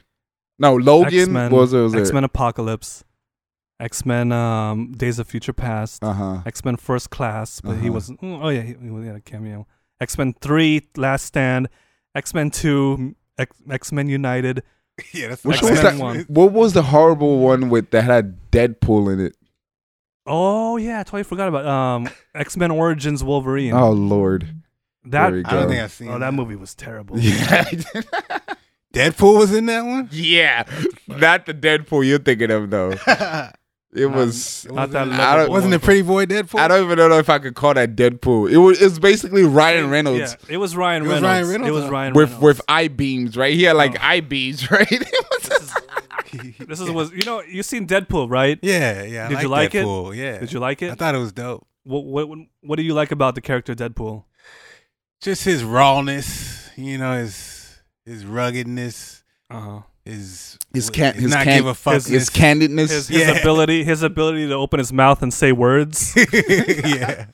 Speaker 2: No, Logan.
Speaker 1: X-Men,
Speaker 2: What else was there?
Speaker 1: X-Men Apocalypse, X-Men um, Days of Future Past,
Speaker 2: Uh huh.
Speaker 1: X-Men First Class, but he
Speaker 2: Uh-huh.
Speaker 1: wasn't. mm, Oh yeah, he, he had a cameo. X-Men Three, Last Stand, X-Men Two, X- X-Men United.
Speaker 3: (laughs) yeah, that's not
Speaker 2: Which one was
Speaker 1: X-Men
Speaker 2: that?
Speaker 1: one.
Speaker 2: What was the horrible one with that had Deadpool in it?
Speaker 1: Oh yeah, I totally forgot about um, X-Men Origins Wolverine.
Speaker 2: Oh Lord.
Speaker 1: that
Speaker 2: there we
Speaker 3: I don't
Speaker 2: go.
Speaker 3: think I've seen.
Speaker 1: oh that movie was terrible.
Speaker 2: Yeah.
Speaker 3: Deadpool was in that one.
Speaker 2: (laughs) yeah. Not the Deadpool you're thinking of though. It was.
Speaker 1: Not that
Speaker 3: Wasn't-
Speaker 2: I don't-
Speaker 1: lovable
Speaker 3: Wasn't it
Speaker 1: one.
Speaker 3: Pretty Boy Deadpool?
Speaker 2: I don't even know if I could call that Deadpool. It was. It's basically Ryan Reynolds
Speaker 1: Yeah, it was Ryan
Speaker 3: It was
Speaker 1: Reynolds.
Speaker 3: Ryan Reynolds,
Speaker 1: It was
Speaker 3: huh?
Speaker 1: Ryan
Speaker 2: with
Speaker 1: Reynolds.
Speaker 2: with eye beams, right? He had like
Speaker 1: Oh.
Speaker 2: eye beams, (laughs) right? It was-
Speaker 3: (laughs)
Speaker 1: This is was you know you seen Deadpool right?
Speaker 3: yeah, yeah. I
Speaker 1: Did you like it?
Speaker 3: Deadpool. it? Yeah.
Speaker 1: Did you like
Speaker 3: I
Speaker 1: it?
Speaker 3: thought it was dope.
Speaker 1: What what what do you like about the character Deadpool?
Speaker 3: just his rawness, you know, his his ruggedness,
Speaker 1: Uh huh.
Speaker 3: his
Speaker 2: His can-
Speaker 3: his
Speaker 2: his
Speaker 3: not
Speaker 2: can-
Speaker 3: give a fuck.
Speaker 1: his-
Speaker 2: His candidness.
Speaker 1: His, his
Speaker 3: Yeah.
Speaker 1: ability his ability to open his mouth and say words.
Speaker 3: (laughs) yeah,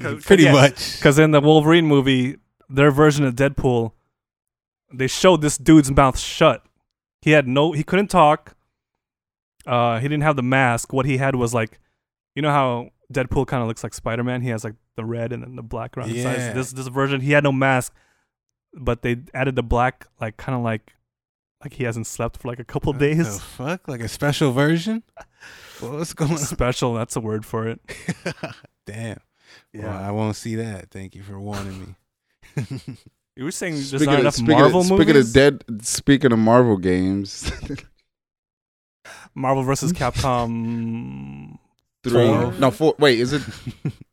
Speaker 1: Cause-
Speaker 3: pretty
Speaker 1: yeah.
Speaker 3: much.
Speaker 1: Because in the Wolverine movie, their version of Deadpool, they showed this dude's mouth shut. He had no he couldn't talk. Uh, he didn't have the mask. What he had was like, you know how Deadpool kind of looks like Spider Man. He has like the red and then the black around his
Speaker 3: Yeah.
Speaker 1: eyes. This this version, he had no mask, but they added the black, like kind of like like he hasn't slept for like a couple
Speaker 3: What
Speaker 1: days.
Speaker 3: the fuck? Like a special version? What's
Speaker 1: oh.
Speaker 3: going
Speaker 1: (laughs)
Speaker 3: on?
Speaker 1: Special, that's a word for it.
Speaker 3: (laughs) Damn. Well, I won't see that. Thank you for warning me.
Speaker 1: you were saying there's
Speaker 2: Speaking
Speaker 1: not
Speaker 2: of-
Speaker 1: enough
Speaker 2: speaking of-
Speaker 1: Marvel movies.
Speaker 2: Speaking of dead, speaking of Marvel games, (laughs)
Speaker 1: Marvel (laughs) versus Capcom
Speaker 2: three,
Speaker 1: Four.
Speaker 2: no four. Wait, (laughs) is it?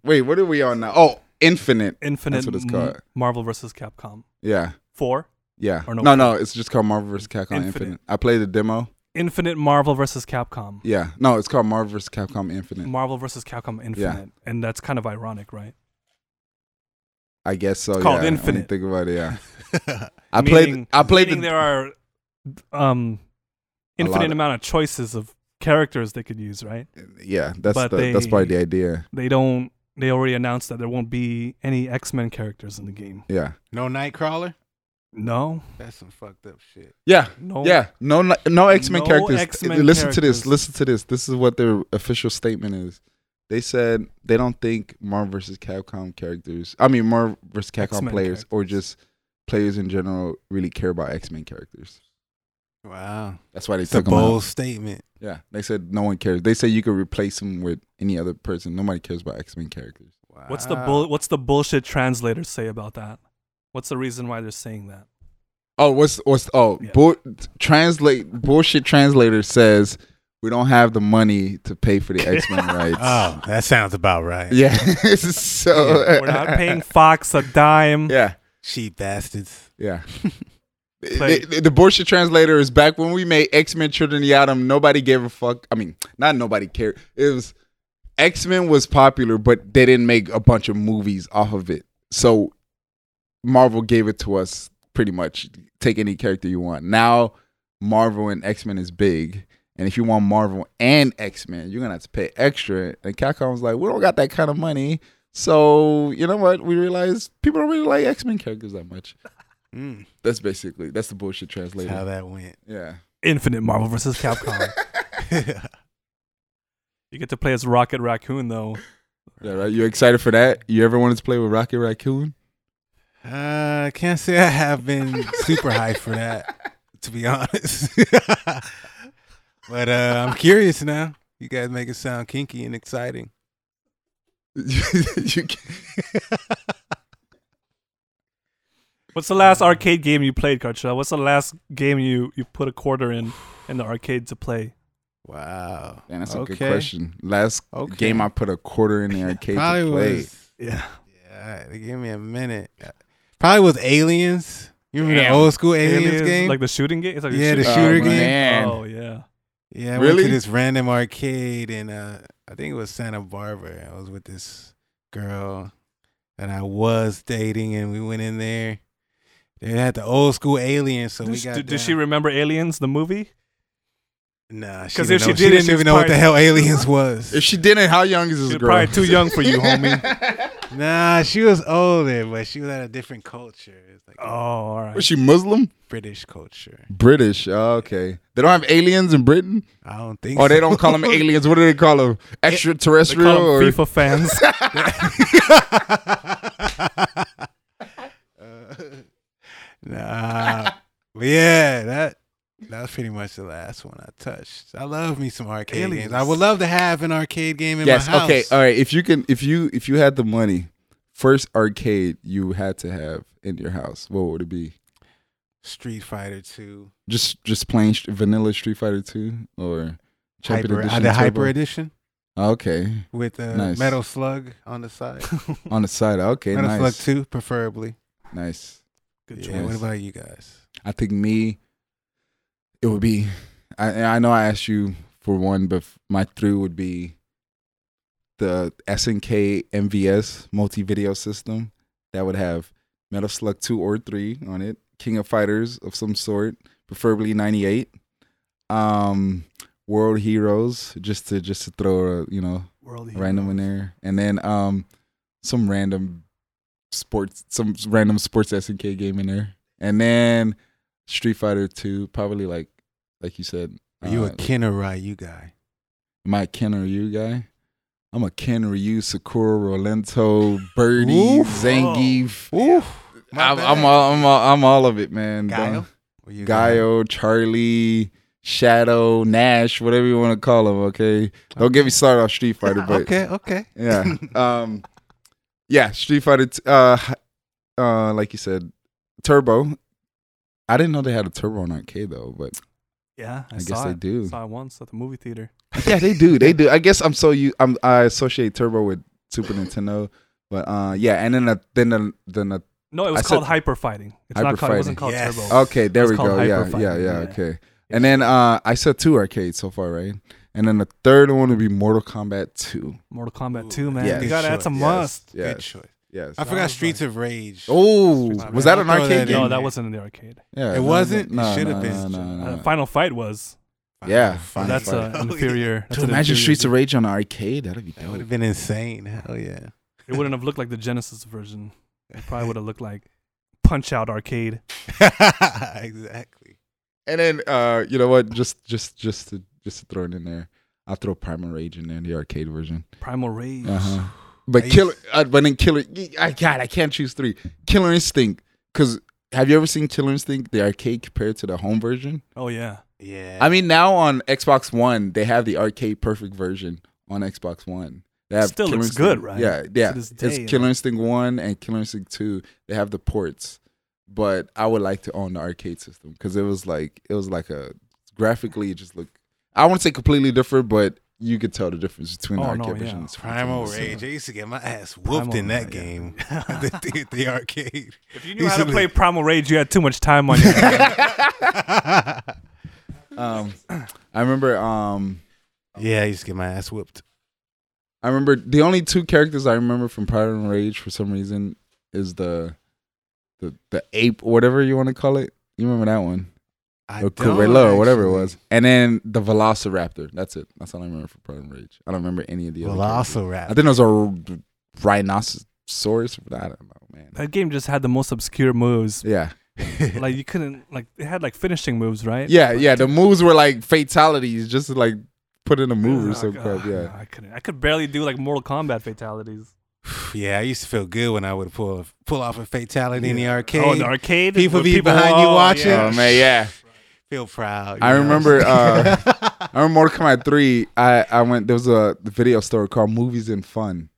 Speaker 2: Wait, what are we on now? Oh, Infinite.
Speaker 1: Infinite.
Speaker 2: what it's
Speaker 1: M-
Speaker 2: called.
Speaker 1: Marvel versus Capcom
Speaker 2: Yeah,
Speaker 1: four.
Speaker 2: yeah.
Speaker 1: Or no,
Speaker 2: no, no, it's just called Marvel vs. Capcom
Speaker 1: Infinite.
Speaker 2: Infinite. I played the demo.
Speaker 1: Infinite Marvel versus Capcom.
Speaker 2: Yeah, no, it's called Marvel vs. Capcom Infinite.
Speaker 1: Marvel versus Capcom Infinite, and that's kind of ironic, right?
Speaker 2: I guess so.
Speaker 1: It's called
Speaker 2: yeah, when you
Speaker 1: Infinite.
Speaker 2: Think about it.
Speaker 1: (laughs)
Speaker 2: Yeah,
Speaker 3: yeah,
Speaker 2: I played.
Speaker 1: Meaning-
Speaker 2: I played.
Speaker 1: meaning
Speaker 2: The,
Speaker 1: there are um
Speaker 2: A lot
Speaker 1: infinite
Speaker 2: of-
Speaker 1: amount of choices of characters they could use, right?
Speaker 2: yeah, that's the,
Speaker 1: but they-
Speaker 2: that's probably the idea.
Speaker 1: They don't. They already announced that there won't be any X Men characters in the game.
Speaker 2: Yeah,
Speaker 3: (laughs) no Nightcrawler?
Speaker 1: No,
Speaker 3: That's some fucked up shit.
Speaker 2: yeah.
Speaker 1: no.
Speaker 2: Yeah, no, no- no X Men
Speaker 1: No
Speaker 2: characters.
Speaker 1: X-Men
Speaker 2: listen to this.
Speaker 1: characters.
Speaker 2: Listen to this. This is what their official statement is. They said they don't think Marvel vs. Capcom characters. I mean, Marvel vs. Capcom
Speaker 1: X-Men
Speaker 2: players or
Speaker 1: characters.
Speaker 2: just players in general really care about X Men characters.
Speaker 3: Wow.
Speaker 2: That's why they
Speaker 3: It's a
Speaker 2: took them out.
Speaker 3: bold statement.
Speaker 2: Yeah, they said no one cares. They say you could replace them with any other person. Nobody cares about X Men characters.
Speaker 3: Wow.
Speaker 1: What's the bull? What's the bullshit translators say about that? What's the reason why they're saying that?
Speaker 2: Oh, what's what's oh
Speaker 1: Yeah.
Speaker 2: bull, translate bullshit translator says we don't have the money to pay for the X
Speaker 1: (laughs)
Speaker 2: Men rights.
Speaker 3: Oh, that sounds about right.
Speaker 2: Yeah. (laughs) so
Speaker 1: We're not paying Fox a dime.
Speaker 2: Uh, (laughs) Yeah.
Speaker 3: Sheep bastards.
Speaker 2: Yeah.
Speaker 1: Play-
Speaker 2: the, the, the bullshit translator is back when we made X Men Children of the Atom. Nobody gave a fuck. I mean, not nobody cared. It was X Men was popular, but they didn't make a bunch of movies off of it. So Marvel gave it to us pretty much. Take any character you want. Now Marvel and X Men is big. And if you want Marvel and X Men, you're gonna have to pay extra. And Capcom was like, we don't got that kind of money. So you know what? We realized people don't really like X Men characters that much.
Speaker 3: Mm,
Speaker 2: That's basically that's the bullshit
Speaker 3: that's how
Speaker 2: translator.
Speaker 3: that went. (laughs)
Speaker 2: Yeah.
Speaker 1: Infinite Marvel versus
Speaker 2: (laughs)
Speaker 1: Capcom. you get to play as Rocket Raccoon though.
Speaker 2: Yeah, right. You excited for that? You ever wanted to play with Rocket Raccoon?
Speaker 3: Uh, can't say I have
Speaker 2: (laughs)
Speaker 3: been Mm, super hyped for that, to be honest. (laughs) but uh, I'm curious now. You guys make it sound kinky and exciting.
Speaker 2: you can-
Speaker 1: What's the last arcade game you played, Karchel? What's the last game you you put a quarter in in the arcade to play?
Speaker 3: Wow.
Speaker 2: Man, that's a good question. Last
Speaker 3: Okay.
Speaker 2: game I put a quarter in the arcade
Speaker 3: Probably
Speaker 2: to play.
Speaker 3: was.
Speaker 1: Yeah.
Speaker 3: Yeah, all right, give me a minute. Probably was Aliens. You remember
Speaker 2: Damn.
Speaker 3: the old school Aliens,
Speaker 1: Aliens,
Speaker 3: game?
Speaker 1: like the shooting game. It's like a
Speaker 3: Yeah, the
Speaker 1: shooting-
Speaker 3: shooter
Speaker 2: oh,
Speaker 3: game?
Speaker 2: Man.
Speaker 1: Oh yeah.
Speaker 3: Yeah, I went
Speaker 2: Really?
Speaker 3: to this random arcade in uh I think it was Santa Barbara. I was with this girl that I was dating and we went in there. They had the old school aliens, so we
Speaker 1: Does,
Speaker 3: got
Speaker 1: do, does she
Speaker 3: down-
Speaker 1: remember Aliens the movie?
Speaker 3: Nah, she
Speaker 1: 'Cause if
Speaker 3: didn't,
Speaker 1: she
Speaker 3: know,
Speaker 1: did,
Speaker 3: she didn't
Speaker 1: it's
Speaker 3: even know what the
Speaker 1: probably-
Speaker 3: hell aliens
Speaker 1: (laughs)
Speaker 3: was.
Speaker 2: If she didn't, how young is this
Speaker 1: She's
Speaker 2: girl?
Speaker 1: probably too young for you, homie.
Speaker 3: nah, she was older, but she was at a different culture. It's like
Speaker 1: Oh,
Speaker 3: a
Speaker 1: all right.
Speaker 2: (laughs) Was she Muslim?
Speaker 3: British culture.
Speaker 2: British. Oh, okay. They don't have aliens in Britain,
Speaker 3: I don't think.
Speaker 1: Oh,
Speaker 2: or they
Speaker 3: so. (laughs)
Speaker 2: don't call them aliens. What do they call them?
Speaker 1: They
Speaker 2: Extraterrestrial?
Speaker 1: call
Speaker 2: or
Speaker 1: them (laughs) FIFA fans.
Speaker 3: (laughs) nah, but yeah, that that was pretty much the last one I touched. I love me some arcade
Speaker 1: Aliens.
Speaker 3: games. I would love to have an arcade game in
Speaker 2: Yes.
Speaker 3: my house.
Speaker 2: Okay. uh, All right. If you can, if you if you had the money, first arcade you had to have in your house, what would it be?
Speaker 3: Street Fighter Two,
Speaker 2: Just just plain sh- vanilla Street Fighter Two or
Speaker 3: hyper,
Speaker 2: Champion
Speaker 3: uh,
Speaker 2: Edition
Speaker 3: the
Speaker 2: Turbo?
Speaker 3: Hyper Edition
Speaker 2: Okay,
Speaker 3: with a
Speaker 2: Nice.
Speaker 3: Metal Slug on the
Speaker 2: (laughs)
Speaker 3: side.
Speaker 2: on the side. Okay,
Speaker 3: Metal Slug
Speaker 2: nice.
Speaker 3: Two, preferably.
Speaker 2: Nice.
Speaker 1: Good
Speaker 3: Yeah, what
Speaker 2: choice.
Speaker 3: about you guys?
Speaker 2: I think me, it would be. I and I know I asked you for one, but f- my three would be the SNK MVS multi video system that would have Metal Slug two or three on it, King of Fighters of some sort, preferably ninety eight. Um, World Heroes, just to just to throw a you know
Speaker 1: World
Speaker 2: random in there, and then um, some random sports, some random sports SNK game in there, and then Street Fighter Two, probably like like you said,
Speaker 3: Are you
Speaker 2: uh,
Speaker 3: a Ken or Ryu guy?
Speaker 2: my Ken or you guy? I'm a Ken Ryu, Sakura, Rolento, Birdie, Zangief.
Speaker 3: Ooh, Oh, my
Speaker 2: I'm,
Speaker 3: bad.
Speaker 2: I'm all I'm all I'm all of it, man.
Speaker 3: Guile?
Speaker 2: Don't-
Speaker 3: Were you
Speaker 2: Guile, Charlie, Shadow, Nash, whatever you want to call him. Okay, don't get me started on Street
Speaker 3: (laughs)
Speaker 2: Fighter, but
Speaker 3: okay, okay.
Speaker 2: (laughs) yeah, um, yeah, Street Fighter. T- uh, uh, like you said, Turbo. I didn't know they had a Turbo in arcade though, but
Speaker 1: Yeah, I,
Speaker 2: I, guess
Speaker 1: saw
Speaker 2: they
Speaker 1: it.
Speaker 2: do.
Speaker 1: Saw it once at the movie theater.
Speaker 2: (laughs) yeah, they do. They do. I guess I'm so you. I'm I associate Turbo with Super Nintendo, but uh, yeah, and then the then the then the
Speaker 1: No, it was
Speaker 2: I
Speaker 1: called
Speaker 2: said-
Speaker 1: hyper fighting. It's
Speaker 2: Hyper
Speaker 1: not called. It wasn't
Speaker 2: Fighting.
Speaker 1: called
Speaker 3: Yes.
Speaker 1: Turbo.
Speaker 2: okay, there
Speaker 1: It's
Speaker 2: we
Speaker 1: called
Speaker 2: go. Yeah,
Speaker 1: Hyper
Speaker 2: yeah,
Speaker 1: Fighter,
Speaker 2: yeah.
Speaker 1: yeah.
Speaker 2: Okay, and then uh, I said two arcades so far, right? And then the third one would be Mortal Kombat Two.
Speaker 1: Mortal
Speaker 3: Ooh,
Speaker 1: Kombat 2, man.
Speaker 2: yes.
Speaker 1: you got that's a
Speaker 3: Yes.
Speaker 1: must.
Speaker 3: Good
Speaker 2: Yes,
Speaker 3: choice.
Speaker 2: yes.
Speaker 3: I forgot Streets of Rage.
Speaker 2: Oh,
Speaker 3: Streets of Rage.
Speaker 2: was that an
Speaker 3: I'll throw
Speaker 2: arcade
Speaker 3: that in.
Speaker 2: game?
Speaker 1: No, that wasn't in the arcade.
Speaker 2: Yeah,
Speaker 3: It wasn't? It
Speaker 2: No,
Speaker 3: should've
Speaker 2: no,
Speaker 3: been.
Speaker 2: No, no,
Speaker 1: Uh,
Speaker 2: no.
Speaker 1: Final Fight was.
Speaker 2: Yeah,
Speaker 3: Final
Speaker 1: that's
Speaker 3: Fight.
Speaker 1: an
Speaker 3: (laughs)
Speaker 2: a
Speaker 1: inferior. that's
Speaker 2: Dude,
Speaker 1: an
Speaker 2: imagine
Speaker 1: inferior
Speaker 2: Streets of
Speaker 1: game.
Speaker 2: Rage on arcade. That'd be
Speaker 3: That would have
Speaker 2: dope.
Speaker 3: been insane. Hell yeah.
Speaker 1: It wouldn't have looked like the Genesis version. It probably would have looked like Punch Out Arcade.
Speaker 3: (laughs) exactly.
Speaker 2: And then, uh, you know what? Just, just, just to, just to throw it in there, I'll throw Primal Rage in there, the arcade version.
Speaker 1: Primal Rage.
Speaker 2: Uh-huh. But
Speaker 3: I
Speaker 2: Killer, uh, but then Killer, I God, I can't choose three. Killer Instinct, because have you ever seen Killer Instinct, the arcade compared to the home version?
Speaker 1: Oh yeah.
Speaker 3: Yeah.
Speaker 2: I mean, now on Xbox One, they have the arcade perfect version on Xbox One. They have
Speaker 1: Still
Speaker 2: Killer
Speaker 1: looks
Speaker 2: Instinct-
Speaker 1: good, right?
Speaker 2: Yeah, yeah.
Speaker 1: this day,
Speaker 2: it's Killer Instinct One and Killer Instinct Two. They have the ports, but I would like to own the arcade system because it was like it was like a graphically it just looked. I wouldn't say completely different, but you could tell the difference between the
Speaker 1: Oh, no,
Speaker 2: arcade version
Speaker 1: yeah.
Speaker 2: and the Super
Speaker 3: Primal
Speaker 2: Nintendo. So-
Speaker 3: Rage. I used to get my ass whooped
Speaker 1: Primal
Speaker 3: in that
Speaker 1: Rage. (laughs)
Speaker 3: game. (laughs) the, the, the arcade.
Speaker 1: If
Speaker 3: (laughs)
Speaker 1: you knew how to play Primal Rage, you had too much time on your hands.
Speaker 3: yeah,
Speaker 2: Um, (clears throat) I remember. Um,
Speaker 3: I used to get my ass whooped.
Speaker 2: I remember the only two characters I remember from Pirate Rage for some reason is the, the the ape or whatever you want to call it. You remember that one?
Speaker 3: I
Speaker 2: or
Speaker 3: don't
Speaker 2: Cruella or whatever it
Speaker 3: actually.
Speaker 2: was. And then the Velociraptor. That's it. That's all I remember from Pride and Rage. I don't remember any of the other. characters. I
Speaker 3: Velociraptor.
Speaker 2: think it was a r- rhinoceros. I don't know, man.
Speaker 1: (laughs) that game just had the most obscure moves.
Speaker 3: (laughs)
Speaker 2: Yeah.
Speaker 1: Like you couldn't like it had like finishing moves, right?
Speaker 2: Yeah, yeah. The moves were like fatalities, just to like put in a
Speaker 3: Oh,
Speaker 2: move or
Speaker 1: Ugh,
Speaker 2: some
Speaker 1: ugh,
Speaker 2: crap. Yeah.
Speaker 1: Oh, I couldn't. I could barely do like Mortal Kombat fatalities.
Speaker 3: yeah, I used to feel good when I would pull pull off a fatality in the arcade.
Speaker 1: Oh, the arcade.
Speaker 3: People
Speaker 1: with
Speaker 3: be behind you
Speaker 1: oh,
Speaker 3: watching.
Speaker 1: yeah.
Speaker 2: Oh man, yeah.
Speaker 3: feel proud.
Speaker 2: I
Speaker 3: you know?
Speaker 2: remember. Uh,
Speaker 3: (laughs)
Speaker 2: I remember Mortal Kombat three. I I went. There was a video store called Movies and Fun,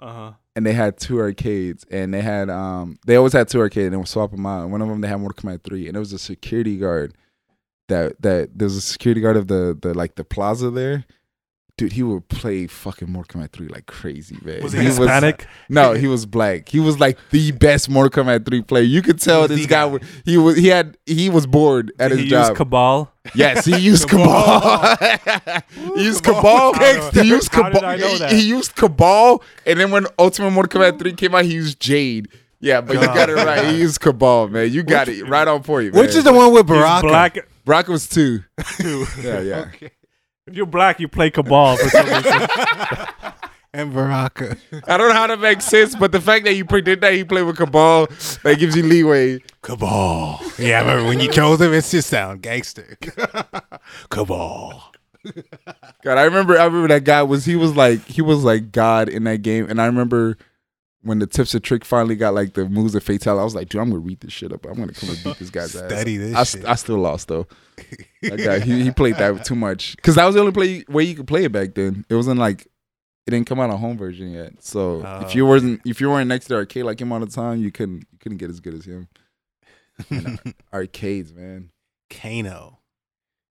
Speaker 1: Uh-huh.
Speaker 2: and they had two arcades, and they had um they always had two arcades, and they would swap them out. And one of them they had Mortal Kombat three, and it was a security guard that that there was a security guard of the the like the plaza there. Dude, he would play fucking Mortal Kombat 3 like crazy, man.
Speaker 1: Was
Speaker 3: he
Speaker 1: it Hispanic?
Speaker 2: no, he was black. He was like the best Mortal Kombat 3 player. You could tell
Speaker 3: was
Speaker 2: this
Speaker 3: the
Speaker 2: guy,
Speaker 3: guy.
Speaker 2: wa- he was he had he was bored at
Speaker 1: Did
Speaker 2: his
Speaker 1: he
Speaker 2: job.
Speaker 1: used Cabal. (laughs)
Speaker 2: Yes, he used
Speaker 3: Cabal.
Speaker 2: Cabal. (laughs) he used Cabal.
Speaker 1: How do I-
Speaker 2: He used
Speaker 1: how did
Speaker 2: Cabal.
Speaker 1: I know
Speaker 2: He-
Speaker 1: that?
Speaker 2: He used Cabal, and then when Ultimate Mortal Kombat 3 came out, he used Jade. Yeah, but you got it right. He used Cabal, man. You got it right on point, man.
Speaker 3: Which is the one with Baraka?
Speaker 1: He's black.
Speaker 2: Brock was two.
Speaker 1: (laughs)
Speaker 2: Yeah, yeah.
Speaker 1: If you're black, you play Cabal for
Speaker 2: (laughs)
Speaker 1: some reason.
Speaker 3: (laughs) and Baraka.
Speaker 2: I don't know how that makes sense, but the fact that you predicted that he played with Cabal, that gives you leeway.
Speaker 3: Cabal. Yeah, I remember when you chose him, it's just sound gangster. (laughs) Cabal.
Speaker 2: God, I remember I remember that guy was he was like he was like God in that game. And I remember when the tips of trick finally got like the moves of fatality, I was like, dude, I'm gonna read this shit up. I'm gonna come and beat this guy's ass.
Speaker 3: Study this
Speaker 2: I,
Speaker 3: shit.
Speaker 2: st- I still
Speaker 3: (laughs)
Speaker 2: lost though. That guy, he, he played that too much because that was the only play way you could play it back then. It wasn't like it didn't come out on home version yet. So if
Speaker 3: Oh,
Speaker 2: you wasn't if you weren't next to the arcade like him all the time, you couldn't you couldn't get as good as him. Arcades, man.
Speaker 3: Kano.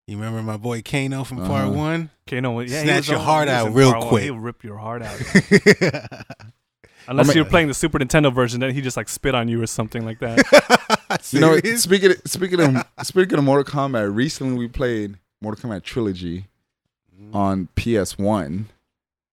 Speaker 3: You remember my boy Kano from part
Speaker 2: Uh-huh. (laughs)
Speaker 3: one? (laughs)
Speaker 1: Kano, was- yeah, he
Speaker 3: Snatch
Speaker 1: was
Speaker 3: your
Speaker 1: on-
Speaker 3: heart
Speaker 1: he was
Speaker 3: out
Speaker 1: in
Speaker 3: real
Speaker 1: Power One.
Speaker 3: quick.
Speaker 1: He'll rip your heart
Speaker 3: (laughs)
Speaker 1: out.
Speaker 2: I
Speaker 1: Unless
Speaker 2: mean-
Speaker 1: you're playing the Super Nintendo version, then he just like spit on you or something like
Speaker 3: (laughs)
Speaker 1: that.
Speaker 2: You know, speaking of, speaking of speaking of Mortal Kombat, recently we played Mortal Kombat Trilogy
Speaker 3: Mm. Uh,
Speaker 2: on PS One,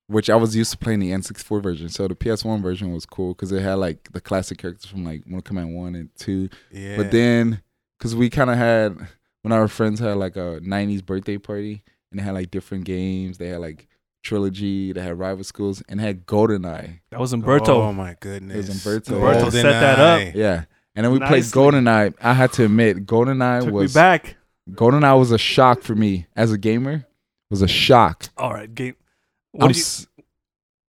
Speaker 2: which I was used to playing the N64 version. So the PS One version was cool because it had like the classic characters from like Mortal Kombat One and Two.
Speaker 3: yeah.
Speaker 2: But then, because we kind of had when our friends had like a '90s birthday party, and they had like different games. They had like Trilogy. They had Rival Schools, and they had
Speaker 3: (laughs)
Speaker 2: GoldenEye.
Speaker 1: That was
Speaker 3: Oh
Speaker 1: Umberto.
Speaker 3: my goodness.
Speaker 2: Umberto.
Speaker 1: Umberto set that up.
Speaker 3: GoldenEye.
Speaker 2: Yeah. And then we played
Speaker 1: Nicely.
Speaker 2: GoldenEye. I had to admit, GoldenEye
Speaker 1: Took
Speaker 2: was
Speaker 1: me back.
Speaker 2: GoldenEye was a shock for me as a gamer. Was a shock.
Speaker 1: All right, game.
Speaker 2: I'm
Speaker 1: What did you,
Speaker 2: s-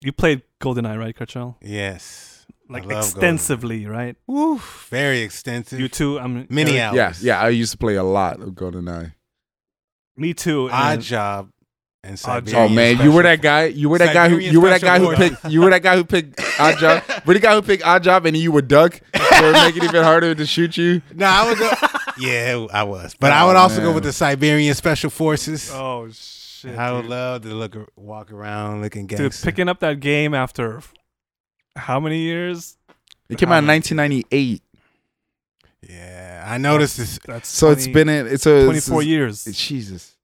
Speaker 1: you played GoldenEye, right, Carchel?
Speaker 3: Yes.
Speaker 1: Like
Speaker 3: love
Speaker 1: extensively, right?
Speaker 3: Woo, very extensive.
Speaker 1: You too. I'm
Speaker 3: Many hours.
Speaker 2: Yeah, yeah. I used to play a lot of GoldenEye.
Speaker 1: Me too.
Speaker 3: Odd
Speaker 1: and-
Speaker 3: job and
Speaker 1: Odd
Speaker 3: Siberian
Speaker 1: Job.
Speaker 2: Oh man, you were that guy. You were that guy who.
Speaker 3: Siberian
Speaker 2: You were that guy
Speaker 3: Special
Speaker 2: who
Speaker 3: Forces.
Speaker 2: picked. You were that guy who
Speaker 3: (laughs)
Speaker 2: picked odd job. Were the guy who picked odd job and you were duck. So it make it even harder to shoot you.
Speaker 3: No, I would go. (laughs) yeah, I was, but I would
Speaker 2: Oh,
Speaker 3: also go
Speaker 2: man.
Speaker 3: with the Siberian Special Forces.
Speaker 1: Oh shit.
Speaker 3: I would
Speaker 1: dude.
Speaker 3: love to look, ar- walk around looking
Speaker 1: Dude,
Speaker 3: gangster.
Speaker 1: picking up that game after f- how many years?
Speaker 2: It came out in 1998,
Speaker 3: yeah, I noticed this.
Speaker 1: That's
Speaker 2: so it's
Speaker 1: 20
Speaker 2: been in, it's a
Speaker 1: 24 years.
Speaker 2: Jesus.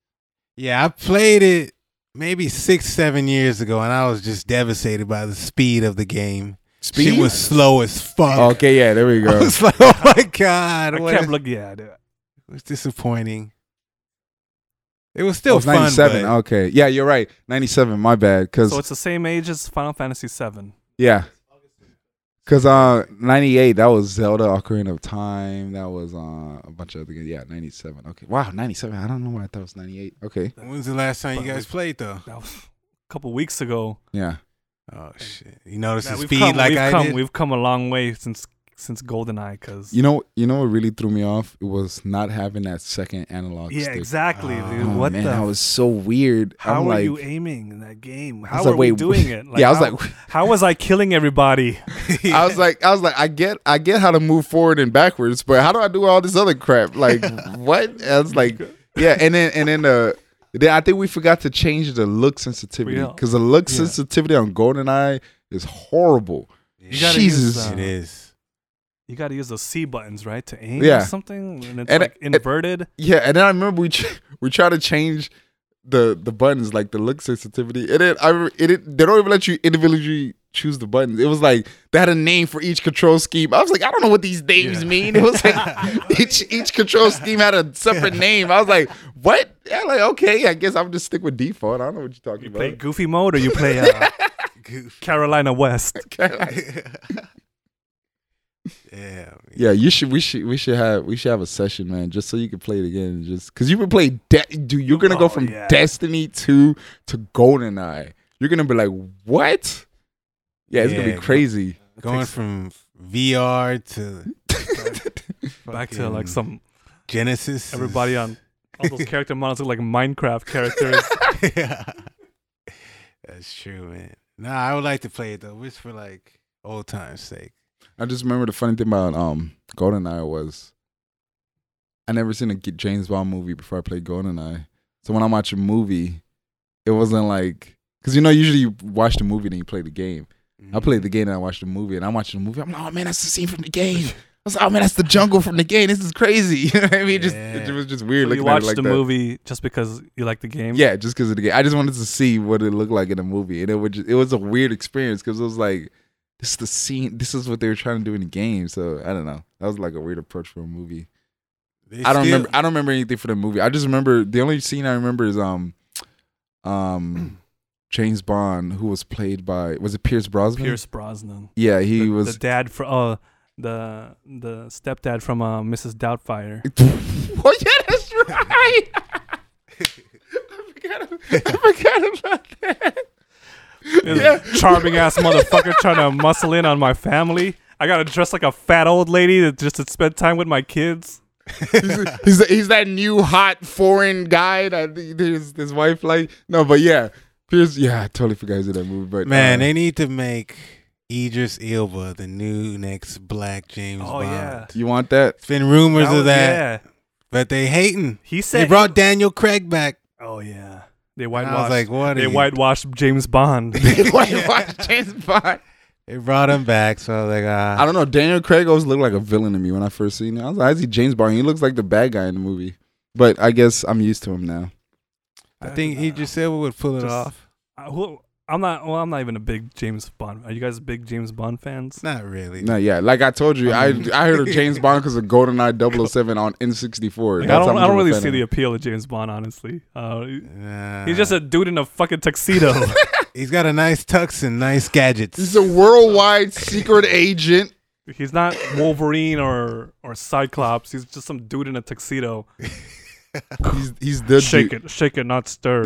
Speaker 3: Yeah, I played it maybe six, seven years ago, and I was just devastated by the speed of the game. She was slow as fuck.
Speaker 2: Okay, yeah, there
Speaker 1: (laughs)
Speaker 2: we
Speaker 3: (laughs) I
Speaker 2: go.
Speaker 3: was like, oh my god,
Speaker 1: I
Speaker 3: what
Speaker 1: can't
Speaker 3: is-
Speaker 1: look. Yeah, dude.
Speaker 3: it was disappointing. It was
Speaker 2: Oh,
Speaker 3: still
Speaker 2: it's
Speaker 3: fun.
Speaker 2: 97.
Speaker 3: but-
Speaker 2: okay, yeah, you're right. 97. My bad. Cause
Speaker 1: So it's the same age as Final Fantasy VII.
Speaker 2: yeah, cause uh, 98. That was Zelda Ocarina of Time. That was uh, a bunch of other games. Yeah, 97. Okay, wow, 97. I don't know why I thought it was 98. Okay,
Speaker 3: When's the last time you guys played though?
Speaker 1: That was a couple weeks ago.
Speaker 2: yeah.
Speaker 3: Oh shit! You noticed
Speaker 1: Man,
Speaker 3: the
Speaker 1: we've
Speaker 3: speed
Speaker 1: come,
Speaker 3: like
Speaker 1: we've
Speaker 3: I
Speaker 1: come,
Speaker 3: did.
Speaker 1: We've come a long way since since GoldenEye. Because
Speaker 2: You know, you know what really threw me off? It was not having that second analog
Speaker 1: yeah,
Speaker 2: stick.
Speaker 1: exactly. dude.
Speaker 2: Oh,
Speaker 1: what
Speaker 2: man,
Speaker 1: the?
Speaker 2: that was so weird.
Speaker 1: how
Speaker 2: I'm
Speaker 1: were
Speaker 2: like,
Speaker 1: you aiming in that game?
Speaker 2: I
Speaker 1: How
Speaker 2: was
Speaker 1: were
Speaker 2: like,
Speaker 1: we
Speaker 2: wait,
Speaker 1: doing
Speaker 2: (laughs)
Speaker 1: it?
Speaker 2: yeah, I was
Speaker 1: how-
Speaker 2: like,
Speaker 1: how was I killing everybody?
Speaker 2: (laughs)
Speaker 1: (laughs)
Speaker 2: I was like, I was like, I get, I get how to move forward and backwards, but how do I do all this other
Speaker 1: (laughs)
Speaker 2: crap? Like, what? I was like, yeah, and then and then uh, then I think we forgot to change the look sensitivity
Speaker 1: Yeah.
Speaker 2: because the look
Speaker 1: Yeah.
Speaker 2: sensitivity on GoldenEye is horrible.
Speaker 1: You gotta
Speaker 2: Jesus.
Speaker 1: use, uh,
Speaker 3: it is.
Speaker 1: You got to use those C buttons, right, to aim
Speaker 2: Yeah.
Speaker 1: or something, and it's
Speaker 2: And
Speaker 1: like
Speaker 2: it- it-
Speaker 1: inverted.
Speaker 2: Yeah, and then I remember we tr- (laughs) we tried to change the the buttons like the look sensitivity, and it I re- it, it they don't even let you individually choose the buttons. It was like they had a name for each control scheme. I was like, I don't know what these names
Speaker 3: Yeah.
Speaker 2: mean. It was like (laughs) each each control scheme had a separate name. I was like, what? Yeah, like okay, I guess I'm just stick with default. I don't know what you're talking
Speaker 1: You
Speaker 2: about.
Speaker 1: play Goofy mode or you play uh,
Speaker 2: (laughs)
Speaker 1: Carolina West.
Speaker 3: yeah.
Speaker 2: yeah, you should. We should. We should have. We should have a session, man, just so you can play it again. Just because you can play, De- dude. You're gonna
Speaker 1: Oh,
Speaker 2: go from
Speaker 1: yeah.
Speaker 2: Destiny two to GoldenEye. You're gonna be like, what? Yeah, it's gonna
Speaker 3: Yeah,
Speaker 2: be crazy.
Speaker 3: Going from VR to
Speaker 1: Back to like
Speaker 3: fucking
Speaker 1: some
Speaker 3: Genesis.
Speaker 1: everybody on all
Speaker 2: (laughs)
Speaker 1: those character models look like Minecraft (laughs) characters.
Speaker 3: yeah. (laughs) That's true, man. Nah, I would like to play it though. It's for like old time's sake.
Speaker 2: I just remember the funny thing about um GoldenEye was I never seen a G- James Bond movie before I played GoldenEye. So when I watch a movie, it wasn't like because you know usually you watch the movie and then you play the game. I
Speaker 1: Mm.
Speaker 2: played the game and I watched the movie and I'm watching the movie. I'm like, oh man, that's the scene from the game. I was like, oh man, that's the jungle from the game. This is crazy. (laughs) You know what I mean? Just it,
Speaker 3: Yeah.
Speaker 2: was just weird.
Speaker 1: you
Speaker 2: looking
Speaker 1: watch
Speaker 2: at it like
Speaker 1: the
Speaker 2: that.
Speaker 1: movie just because you like the game.
Speaker 2: Yeah, just because of the game. I just wanted to see what it looked like in the movie, and it was just, it was a weird experience because it was like this is the scene. This is what they were trying to do in the game. So I don't know. That was like a weird approach for a movie.
Speaker 3: They
Speaker 2: I don't
Speaker 3: still-
Speaker 2: remember. I don't remember anything for the movie. I just remember the only scene I remember is um,
Speaker 1: (clears throat)
Speaker 2: um, James Bond, who was played by was it Pierce Brosnan?
Speaker 1: Pierce Brosnan.
Speaker 2: Yeah, he
Speaker 1: the,
Speaker 2: was.
Speaker 1: the dad for uh the the stepdad from uh, Mrs.
Speaker 3: (laughs)
Speaker 2: (laughs)
Speaker 1: Doubtfire.
Speaker 2: oh yeah, that's right. (laughs) I forgot, I forgot about that. Yeah.
Speaker 1: Charming ass motherfucker trying to muscle in on my family. I gotta dress like a fat old lady to, just to spend time with my kids.
Speaker 3: (laughs)
Speaker 2: he's, he's, he's that new hot foreign guy that his, his wife like. No, but yeah, Pierce. Yeah, I totally forgot he's in that movie. But
Speaker 3: Man,
Speaker 2: uh,
Speaker 3: they need to make Idris Elba the new next black James
Speaker 1: Oh
Speaker 3: Bond.
Speaker 1: yeah.
Speaker 2: you want that?
Speaker 3: It's been rumors
Speaker 1: That was-
Speaker 3: of that,
Speaker 1: Yeah.
Speaker 3: but they hating.
Speaker 1: He said
Speaker 3: They brought Daniel Craig back.
Speaker 1: Oh yeah. They
Speaker 3: And
Speaker 1: whitewashed
Speaker 3: I was like, what?
Speaker 1: they
Speaker 3: are you-
Speaker 1: whitewashed James Bond.
Speaker 2: (laughs)
Speaker 3: (laughs)
Speaker 2: Why- (laughs) why James Bond?
Speaker 3: They brought him back, so I was like,
Speaker 2: I
Speaker 3: ah.
Speaker 2: don't know. Daniel Craig always looked like a villain to me when I first seen him. I was like, I see James Bond. He looks like the bad guy in the movie. But I guess I'm used to him now.
Speaker 3: I, think
Speaker 1: Uh,
Speaker 3: Idris Elba would pull it
Speaker 1: just-
Speaker 3: off.
Speaker 1: I, well, I'm not. Well, I'm not even a big James Bond. Are you guys big James Bond fans?
Speaker 3: Not really.
Speaker 2: No, yeah. Like I told you, I
Speaker 1: (laughs)
Speaker 2: I heard of James Bond because of GoldenEye 007 on N64.
Speaker 1: Like, I
Speaker 2: That's how
Speaker 1: don't.
Speaker 2: much
Speaker 1: I
Speaker 2: of
Speaker 1: don't
Speaker 2: a
Speaker 1: really
Speaker 2: fan
Speaker 1: see
Speaker 2: I
Speaker 1: the
Speaker 2: am.
Speaker 1: appeal of James Bond. Honestly, uh, he-
Speaker 3: Nah.
Speaker 1: he's just a dude in a fucking tuxedo.
Speaker 3: (laughs) He's got a nice tux and nice gadgets.
Speaker 2: He's a worldwide secret agent.
Speaker 1: he's not Wolverine or or Cyclops. He's just some dude in a tuxedo.
Speaker 2: He's, he's the
Speaker 1: shake
Speaker 2: dude.
Speaker 1: it, shake it, not stir.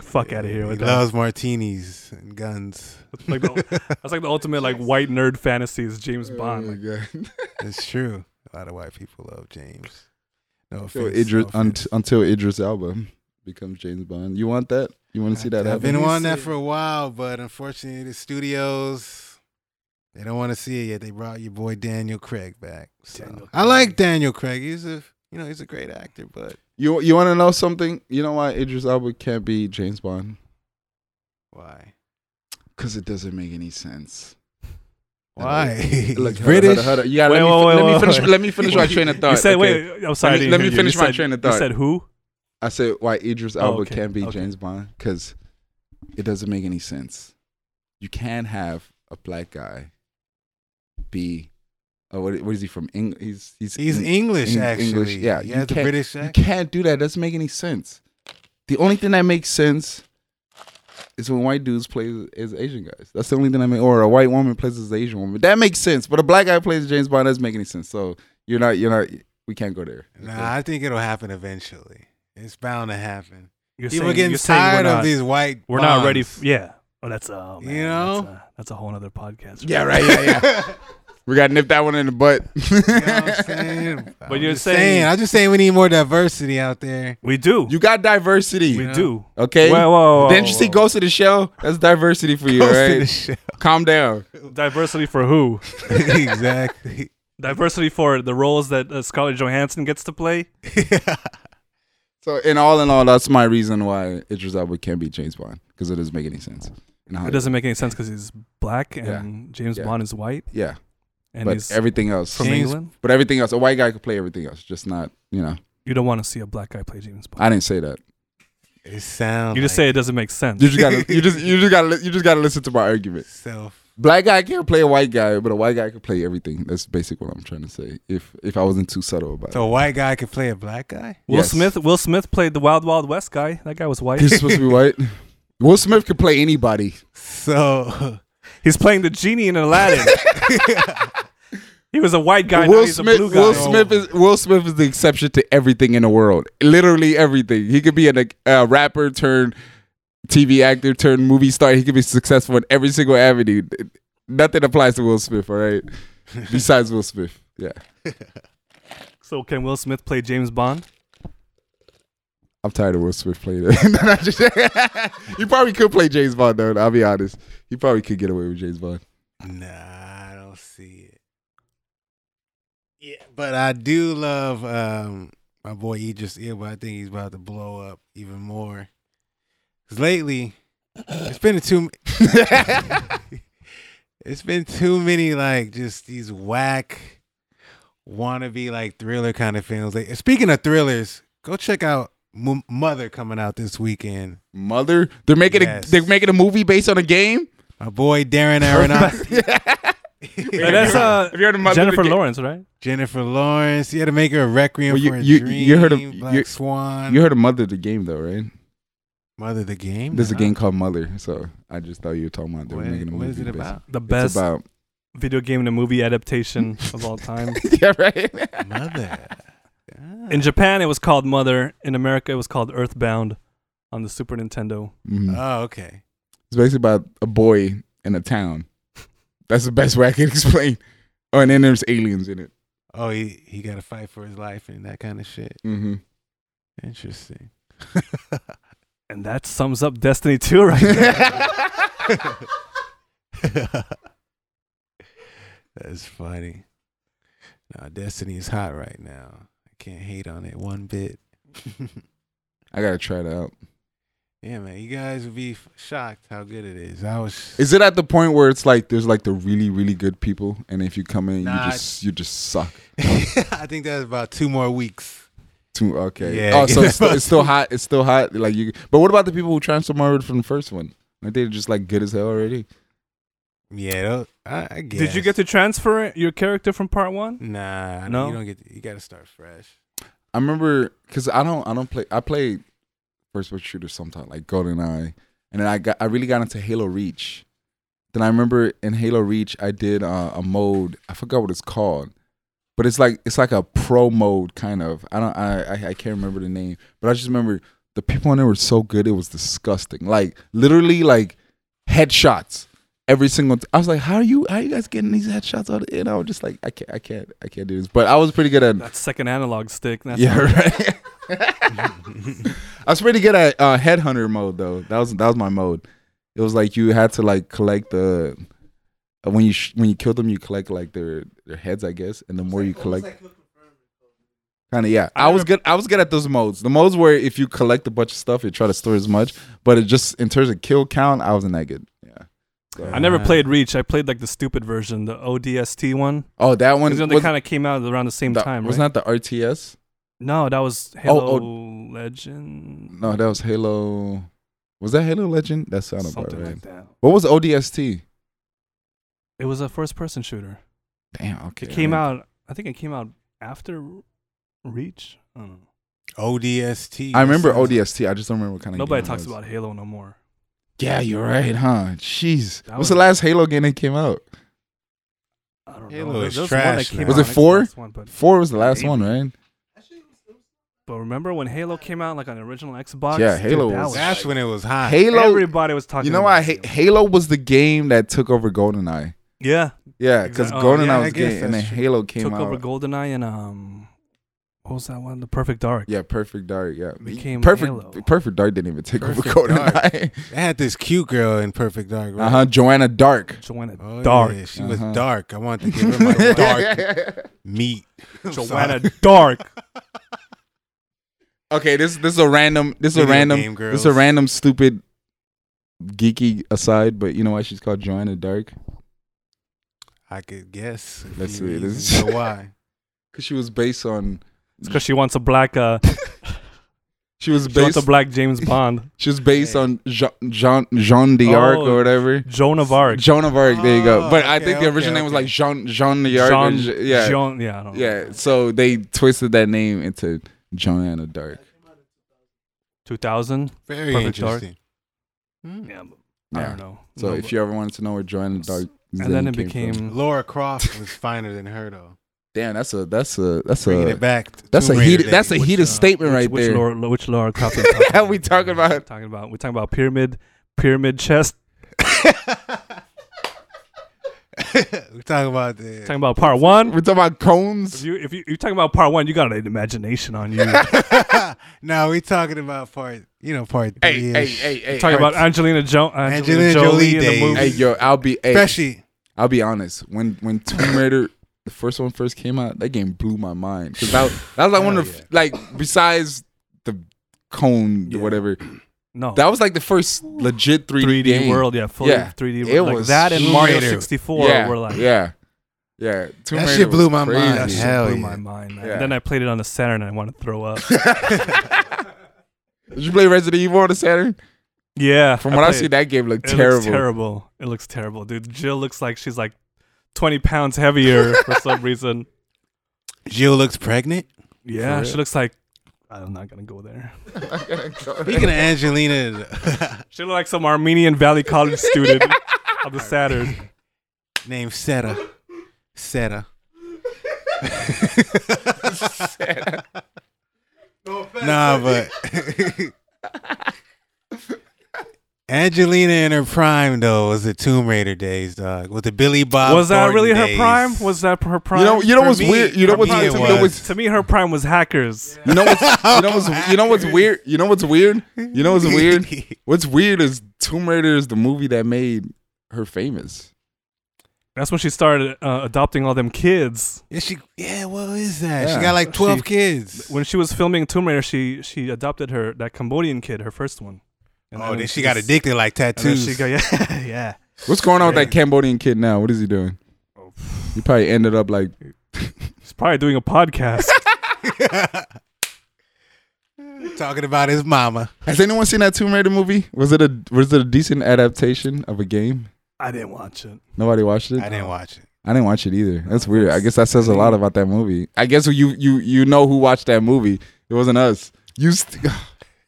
Speaker 1: fuck out of here
Speaker 3: He
Speaker 1: with that.
Speaker 3: loves martinis and guns.
Speaker 1: Like the, that's like the ultimate like white nerd fantasy is James Bond. Like, (laughs)
Speaker 2: Oh my God.
Speaker 3: It's true. A lot of white people love James. No
Speaker 2: Until
Speaker 3: offense.
Speaker 2: Idris,
Speaker 3: no
Speaker 2: un-
Speaker 3: offense.
Speaker 2: until Idris Alba becomes James Bond. You want that? You want to see that
Speaker 3: I've
Speaker 2: happen?
Speaker 3: been wanting that
Speaker 1: See-
Speaker 3: for a while, but unfortunately, the studios they don't want to see it yet. They brought your boy Daniel Craig back. So.
Speaker 1: Daniel
Speaker 3: I like
Speaker 1: Craig.
Speaker 3: Daniel Craig. He's a you know he's a great actor, but
Speaker 2: You you want to know something? You know why Idris Elba can't be James Bond?
Speaker 3: why?
Speaker 2: Because it doesn't make any sense.
Speaker 3: Why? He's
Speaker 2: Look, hold on,
Speaker 3: British.
Speaker 2: hold on, hold on. You gotta
Speaker 1: Wait,
Speaker 2: let,
Speaker 1: wait,
Speaker 2: me,
Speaker 1: wait,
Speaker 2: fi- let, me
Speaker 1: wait,
Speaker 2: finish,
Speaker 1: wait.
Speaker 2: let me finish my train of
Speaker 1: (laughs)
Speaker 2: thought.
Speaker 1: you said,
Speaker 2: okay?
Speaker 1: wait, I'm sorry.
Speaker 2: Let me-
Speaker 1: I didn't
Speaker 2: let me
Speaker 1: hear you. You
Speaker 2: finish my
Speaker 1: said-
Speaker 2: train of
Speaker 1: You
Speaker 2: thought.
Speaker 1: said who?
Speaker 2: I said why Idris
Speaker 1: Oh,
Speaker 2: Elba
Speaker 1: okay,
Speaker 2: can't be
Speaker 1: okay.
Speaker 2: James Bond because it doesn't make any sense. You can't have a black guy be. Oh, what, what is he from? England? He's he's
Speaker 3: He's
Speaker 2: Eng-
Speaker 3: English,
Speaker 2: Eng-
Speaker 3: actually.
Speaker 2: English, yeah,
Speaker 3: he
Speaker 2: you
Speaker 3: has a
Speaker 2: can't-
Speaker 3: British
Speaker 2: You
Speaker 3: accent.
Speaker 2: can't do that. It doesn't make any sense. The only thing that makes sense is when white dudes play as Asian guys. That's the only thing I mean. Or a white woman plays as an Asian woman. That makes sense. But a black guy plays James Bond. That doesn't make any sense. So you're not. You're not. We can't go there.
Speaker 3: Nah, I think it'll happen eventually. It's bound to happen.
Speaker 1: You're
Speaker 3: People
Speaker 1: saying-
Speaker 3: getting
Speaker 1: you're saying we're
Speaker 3: tired
Speaker 1: not-
Speaker 3: of these white.
Speaker 1: We're not ready.
Speaker 3: bonds.
Speaker 1: F- yeah. Oh, that's uh,
Speaker 3: You
Speaker 1: man,
Speaker 3: know?
Speaker 1: that's, uh, that's a whole other podcast.
Speaker 2: Yeah. Right. Yeah.
Speaker 3: (laughs)
Speaker 2: Yeah. we gotta nip that one in the butt.
Speaker 3: You know what
Speaker 1: (laughs)
Speaker 3: I'm saying?
Speaker 1: But
Speaker 3: I'm
Speaker 1: you're
Speaker 3: just
Speaker 1: saying-
Speaker 3: I'm just saying we need more diversity out there.
Speaker 1: we do.
Speaker 2: you got diversity.
Speaker 1: we
Speaker 3: know?
Speaker 1: do.
Speaker 2: okay.
Speaker 1: Whoa, whoa, whoa,
Speaker 2: Didn't you
Speaker 1: whoa,
Speaker 2: see
Speaker 1: whoa.
Speaker 2: Ghost of the Shell? That's diversity for you,
Speaker 3: Ghost in the
Speaker 2: right?
Speaker 3: Shell.
Speaker 2: Calm down.
Speaker 1: Diversity for who?
Speaker 3: (laughs) exactly.
Speaker 1: Diversity for the roles that uh, Scarlett Johansson gets to play.
Speaker 2: So, in all in all, that's my reason why Idris Elba can't be James Bond because it doesn't make any sense. And how
Speaker 1: It doesn't make any sense because he's black and James
Speaker 2: Yeah.
Speaker 1: Bond is white
Speaker 2: Yeah,
Speaker 1: and
Speaker 2: but
Speaker 1: he's
Speaker 2: everything else,
Speaker 1: from
Speaker 3: James-
Speaker 1: England.
Speaker 2: but everything else, a white guy could play everything else, just not you know.
Speaker 1: You don't want to see a black guy play James Bond.
Speaker 2: I didn't say that.
Speaker 3: It sounds.
Speaker 1: you just say it doesn't make sense.
Speaker 2: You just gotta, (laughs) you just, you just gotta, li- you just gotta listen to my argument.
Speaker 3: self.
Speaker 2: Black guy can't play a white guy, but a white guy could play everything. That's basically what I'm trying to say. If if I wasn't too subtle about
Speaker 3: So a white guy could play a black guy.
Speaker 1: Will
Speaker 2: Yes.
Speaker 1: Smith. Will Smith played the Wild Wild West guy. That guy was
Speaker 2: it,
Speaker 1: white.
Speaker 2: he's supposed to be white. (laughs) Will Smith could play anybody.
Speaker 3: So
Speaker 1: (laughs)
Speaker 3: (laughs)
Speaker 1: he's playing the genie in
Speaker 2: (laughs)
Speaker 1: Aladdin. he was a white guy. now
Speaker 2: Will
Speaker 1: he's
Speaker 2: Smith.
Speaker 1: a blue guy.
Speaker 2: Will Smith is Will Smith is the exception to everything in the world. Literally everything. He could be an, a rapper turned TV actor turned movie star. He could be successful in every single avenue. Nothing applies to Will Smith. All right. Besides Will Smith. Yeah.
Speaker 1: So can Will Smith play James
Speaker 2: (laughs)
Speaker 1: Bond?
Speaker 2: I'm tired of Will Smith playing (laughs) it. you probably could play James Bond though. I'll be honest. You probably could get away with James Bond.
Speaker 3: nah, I don't see it. Yeah, but I do love um my boy Idris Elba. I think he's about to blow up even more. Cause lately, it's been too. (laughs) it's been too many like just these whack, wannabe like thriller kind of films. Like speaking of thrillers, go check out M- Mother coming out this weekend.
Speaker 2: Mother, they're making
Speaker 3: Yes.
Speaker 2: a they're making a movie based on a game.
Speaker 3: My boy
Speaker 2: (laughs)
Speaker 3: Darren Aronofsky,
Speaker 1: Yeah, that's uh,
Speaker 2: Have you heard of Mother?
Speaker 1: Jennifer
Speaker 2: the game?
Speaker 1: Lawrence, right?
Speaker 3: Jennifer Lawrence. He had to make her a Requiem
Speaker 2: Well, you-
Speaker 3: for a
Speaker 2: you-
Speaker 3: Dream.
Speaker 2: you heard of-
Speaker 3: Black
Speaker 2: you-
Speaker 3: Swan.
Speaker 2: You heard of Mother the game though, right?
Speaker 3: Mother the Game.
Speaker 2: There's a
Speaker 3: Nah.
Speaker 2: game called Mother, so I just thought you were talking about they were
Speaker 3: What,
Speaker 2: making a movie.
Speaker 3: what is it
Speaker 2: based-
Speaker 3: about?
Speaker 1: The
Speaker 2: It's
Speaker 1: best
Speaker 2: about
Speaker 1: video game and a movie
Speaker 2: (laughs)
Speaker 1: adaptation of all time.
Speaker 2: yeah, right.
Speaker 3: Mother. Ah.
Speaker 1: In Japan, it was called Mother. In America, it was called Earthbound on the Super Nintendo.
Speaker 2: Mhm.
Speaker 3: Oh, okay.
Speaker 2: it's basically about a boy in a town. That's the best way I can (laughs) explain. Oh, and then there's aliens in it.
Speaker 3: Oh, he he got to fight for his life and that kind of shit.
Speaker 2: Mm-hmm.
Speaker 3: Interesting. (laughs)
Speaker 1: And that sums up Destiny 2 (laughs) right there.
Speaker 3: That's funny. Now Destiny is hot right now. I can't hate on it one bit. (laughs)
Speaker 2: I gotta try it out.
Speaker 3: yeah, man, you guys would be f- shocked how good it is. I was.
Speaker 2: Is it at the point where it's like there's like the really really good people, and if you come in,
Speaker 3: Nah,
Speaker 2: you just you just suck.
Speaker 3: (laughs) I think that's about two more weeks.
Speaker 2: Too okay.
Speaker 3: Yeah,
Speaker 2: oh, so
Speaker 3: yeah. (laughs)
Speaker 2: it's still, it's still hot. It's still hot. Like you. But what about the people who transformed over from the first one? Aren't they just like good as hell already?
Speaker 3: Yeah, tho- I, I guess.
Speaker 1: Did you get to transfer your character from part
Speaker 2: Mm.
Speaker 1: one?
Speaker 3: Nah,
Speaker 1: No?
Speaker 3: no. You don't get. You got to start fresh.
Speaker 2: I remember because I don't I don't play I played first person shooters sometimes like GoldenEye, and then I got I really got into Halo Reach. Then I remember in Halo Reach I did uh, a mode I forgot what it's called, but it's like it's like a pro mode kind of I don't I I, I can't remember the name, but I just remember the people in there were so good. It was disgusting. Like literally, like headshots every single. T- I was like, how are you? How are you guys getting these headshots? Out? And I was just like, I can't, I can't, I can't do this. But I was pretty good at.
Speaker 1: That second analog stick. That's
Speaker 2: Yeah, right. I was pretty good at uh, headhunter mode though. That was that was my mode. It was like you had to like collect the uh, when you sh- when you kill them, you collect like their their heads, I guess. And the more you collect, kind of yeah. I was good. I was good at those modes. The modes where if you collect a bunch of stuff, you try to store as much. But it just in terms of kill count, I wasn't that good. Yeah.
Speaker 1: I never
Speaker 3: Uh,
Speaker 1: played Reach. I played like the stupid version, the ODST one.
Speaker 2: Oh, that one
Speaker 1: Because they
Speaker 2: was-
Speaker 1: kind of came out around the same
Speaker 2: that-
Speaker 1: time,
Speaker 2: was
Speaker 1: right?
Speaker 2: not the RTS.
Speaker 1: no, that was Halo
Speaker 2: oh.
Speaker 1: Legend.
Speaker 2: No, that was Halo. Was that Halo Legend? That sounded about
Speaker 1: something
Speaker 2: right.
Speaker 1: like that.
Speaker 2: What was ODST?
Speaker 1: It was a first-person shooter.
Speaker 2: Damn. Okay.
Speaker 1: It came
Speaker 2: I
Speaker 1: out. I think it came out after Reach. I don't know.
Speaker 3: ODST.
Speaker 2: I remember
Speaker 3: That sounds-
Speaker 2: ODST. I just don't remember what kind of.
Speaker 1: Nobody
Speaker 2: game it
Speaker 1: talks
Speaker 2: was.
Speaker 1: about Halo no more.
Speaker 2: Yeah, you're right, huh? Jeez,
Speaker 1: That
Speaker 2: what's
Speaker 1: was-
Speaker 2: the last Halo game that came out?
Speaker 1: I don't
Speaker 3: Halo
Speaker 1: know. There-
Speaker 3: is
Speaker 1: there was one
Speaker 3: trash
Speaker 1: that came
Speaker 3: now.
Speaker 1: out
Speaker 2: Was it
Speaker 1: on
Speaker 2: four?
Speaker 1: Xbox One, but,
Speaker 2: Four was the last
Speaker 1: Maybe.
Speaker 2: one, right?
Speaker 1: but remember when Halo came out, like on the original Xbox?
Speaker 2: Yeah, Halo
Speaker 1: that
Speaker 2: was-
Speaker 3: That's when it was hot.
Speaker 2: Halo.
Speaker 1: Ah, Everybody was talking.
Speaker 2: You know
Speaker 1: about
Speaker 2: why?
Speaker 1: Halo.
Speaker 2: Ha- Halo was the game that took over GoldenEye.
Speaker 1: Yeah,
Speaker 2: Yeah, because
Speaker 1: Exact- oh,
Speaker 2: GoldenEye
Speaker 3: yeah, I
Speaker 2: was the
Speaker 3: guess
Speaker 2: game, and then
Speaker 3: that's true.
Speaker 2: Halo came
Speaker 1: took
Speaker 2: out.
Speaker 1: over GoldenEye and um, what was that one? The Perfect Dark.
Speaker 2: yeah, Perfect Dark. Yeah,
Speaker 1: Became
Speaker 2: Perfect.
Speaker 1: Halo.
Speaker 2: Perfect Dark didn't even take
Speaker 3: Perfect
Speaker 2: over
Speaker 3: Dark.
Speaker 2: GoldenEye.
Speaker 1: (laughs)
Speaker 3: They had this cute girl in Perfect Dark. Right?
Speaker 2: uh huh. Joanna Dark.
Speaker 1: Joanna (laughs)
Speaker 3: Oh,
Speaker 1: Dark.
Speaker 3: yeah, she was
Speaker 2: Uh-huh.
Speaker 3: dark. I wanted to give
Speaker 2: (laughs)
Speaker 3: her my dark (laughs) meat.
Speaker 1: Joanna Dark.
Speaker 3: (laughs)
Speaker 2: Okay, this this is a random this is a
Speaker 3: Video
Speaker 2: random
Speaker 3: game
Speaker 2: this is a
Speaker 3: girls.
Speaker 2: random stupid geeky aside, but you know why she's called Joanna Dark?
Speaker 3: I could guess. if
Speaker 2: Let's
Speaker 3: you
Speaker 2: see,
Speaker 3: even
Speaker 2: this-
Speaker 3: know
Speaker 2: (laughs)
Speaker 3: why.
Speaker 2: Because she was based on
Speaker 1: It's because she wants a black. Uh,
Speaker 2: she was
Speaker 1: she wants
Speaker 2: based
Speaker 1: a black James Bond.
Speaker 2: she was based
Speaker 3: Hey.
Speaker 2: on Jean Jean Jean d'Arc
Speaker 1: Oh,
Speaker 2: or whatever.
Speaker 1: Joan of Arc.
Speaker 2: Joan of Arc. there you go.
Speaker 3: Oh,
Speaker 2: But I
Speaker 3: okay,
Speaker 2: think the original
Speaker 3: okay,
Speaker 2: name was
Speaker 3: okay.
Speaker 2: like Jean Jean d'Arc. or
Speaker 1: Jean-
Speaker 2: Je- yeah,
Speaker 1: Joan- yeah, I don't know.
Speaker 2: yeah. So they twisted that name into Joanna Dark.
Speaker 1: 2000.
Speaker 3: Very
Speaker 1: Perfect Dark.
Speaker 3: interesting.
Speaker 2: Hmm.
Speaker 1: Yeah, but I
Speaker 2: Yeah.
Speaker 1: don't know.
Speaker 2: So
Speaker 1: No,
Speaker 2: if
Speaker 1: but-
Speaker 2: you ever wanted to know where Joanna Dark
Speaker 1: and then
Speaker 2: Zane
Speaker 1: it
Speaker 2: came from-
Speaker 1: became
Speaker 3: Laura Croft
Speaker 2: (laughs)
Speaker 3: was finer than her though.
Speaker 2: damn. That's a that's a that's
Speaker 3: Bringing
Speaker 2: a
Speaker 3: it back. to
Speaker 2: that's a
Speaker 3: Tomb Raider
Speaker 2: heated
Speaker 3: days.
Speaker 2: that's a
Speaker 1: Which,
Speaker 3: (laughs)
Speaker 2: heated
Speaker 1: uh,
Speaker 2: statement
Speaker 1: which,
Speaker 2: right
Speaker 1: which
Speaker 2: there.
Speaker 1: Laura, which Laura
Speaker 2: (laughs)
Speaker 1: Croft? Are we talking about?
Speaker 2: we talking about?
Speaker 1: talking about? We're talking about pyramid, pyramid chest.
Speaker 3: We're talking about the
Speaker 2: (laughs)
Speaker 1: Talking about part one.
Speaker 2: We're talking about
Speaker 1: If
Speaker 2: cones.
Speaker 1: you if you you're talking about part one, you got an imagination on
Speaker 3: (laughs)
Speaker 1: you.
Speaker 3: no, we talking about part, you know, part three.
Speaker 2: Hey, hey, hey, hey.
Speaker 1: talking about
Speaker 2: hey,
Speaker 1: Angelina, jo- Angelina,
Speaker 3: Angelina
Speaker 1: Jolie,
Speaker 3: Jolie
Speaker 1: in the
Speaker 3: days.
Speaker 1: movie.
Speaker 2: hey, yo, I'll be hey,
Speaker 3: especially
Speaker 2: I'll be honest. When
Speaker 3: (coughs)
Speaker 2: when Tomb Raider the first one first came out, that game blew my mind. 'Cause that, that was like one of the,
Speaker 3: Hell yeah.
Speaker 2: like besides the cone or
Speaker 1: Yeah.
Speaker 2: whatever,
Speaker 1: no,
Speaker 2: that was like the first legit 3D,
Speaker 1: 3D
Speaker 2: game.
Speaker 1: world. Yeah, fully
Speaker 2: Yeah,
Speaker 1: 3D
Speaker 2: it
Speaker 1: world. Like
Speaker 2: was
Speaker 1: that and Mario
Speaker 3: Raider.
Speaker 1: 64
Speaker 2: yeah,
Speaker 1: were like.
Speaker 2: yeah, yeah. Tomb
Speaker 3: That
Speaker 2: Raider
Speaker 3: shit blew
Speaker 2: was
Speaker 3: my mind.
Speaker 2: crazy.
Speaker 1: That shit
Speaker 3: Hell
Speaker 1: blew
Speaker 3: yeah.
Speaker 1: my mind. man.
Speaker 2: Yeah.
Speaker 1: And then I played it on the Saturn and I want to throw
Speaker 2: (laughs)
Speaker 1: up.
Speaker 2: Did you play Resident Evil on the Saturn?
Speaker 1: yeah.
Speaker 2: From what I
Speaker 1: played-
Speaker 2: see, that game looked
Speaker 1: it
Speaker 2: terrible.
Speaker 1: looks
Speaker 3: (laughs)
Speaker 2: (laughs)
Speaker 1: terrible. It looks terrible, dude. Jill looks like she's like 20 pounds
Speaker 2: (laughs)
Speaker 1: heavier for some reason.
Speaker 3: Jill looks pregnant.
Speaker 1: Yeah,
Speaker 2: For
Speaker 1: she
Speaker 2: real.
Speaker 1: looks like. I'm not gonna go there.
Speaker 3: Speaking
Speaker 2: (laughs)
Speaker 3: of Angelina,
Speaker 1: She looked like some Armenian Valley College
Speaker 2: (laughs)
Speaker 1: student on the Saturn.
Speaker 3: named Seta. Seta. Nah, but (laughs) Angelina in her prime though was the Tomb Raider days, dog. With the Billy Bob.
Speaker 1: was that
Speaker 3: Thornton
Speaker 1: really her
Speaker 3: days.
Speaker 1: prime?
Speaker 3: (laughs)
Speaker 1: Was that her prime?
Speaker 2: You know, you know
Speaker 3: For
Speaker 2: what's
Speaker 3: me-
Speaker 2: weird. You know
Speaker 3: for
Speaker 2: what's
Speaker 3: me
Speaker 2: weird.
Speaker 3: it
Speaker 2: You know what's
Speaker 1: to me, her prime was hackers.
Speaker 2: You know what's you know what's you
Speaker 3: (laughs)
Speaker 2: know what's weird. You know what's weird. You know what's weird. What's weird is Tomb Raider is the movie that made her famous.
Speaker 1: That's when she started uh, adopting all them kids.
Speaker 3: Yeah, she. Yeah, what is that?
Speaker 2: Yeah.
Speaker 3: She got like twelve
Speaker 1: She-
Speaker 3: kids.
Speaker 1: When she was filming Tomb Raider, she she adopted her that Cambodian kid, her first one. And
Speaker 3: oh, then she got addicted like
Speaker 1: And then
Speaker 3: tattoos.
Speaker 1: she got (laughs) yeah yeah.
Speaker 2: What's going on with
Speaker 3: Yeah.
Speaker 2: that Cambodian kid now? What is he doing?
Speaker 3: Oh.
Speaker 2: He probably ended up like
Speaker 1: She's probably doing a podcast.
Speaker 3: (laughs) Talking about his mama.
Speaker 2: Has anyone seen that Tomb Raider movie? Was it a was it a decent adaptation of a game?
Speaker 1: I didn't watch it.
Speaker 2: Nobody watched it.
Speaker 3: I didn't watch it.
Speaker 2: I didn't watch it either. That's weird. I guess that says a lot about that movie. I guess you you you know who watched that movie. It wasn't us.
Speaker 3: (laughs)
Speaker 2: You st-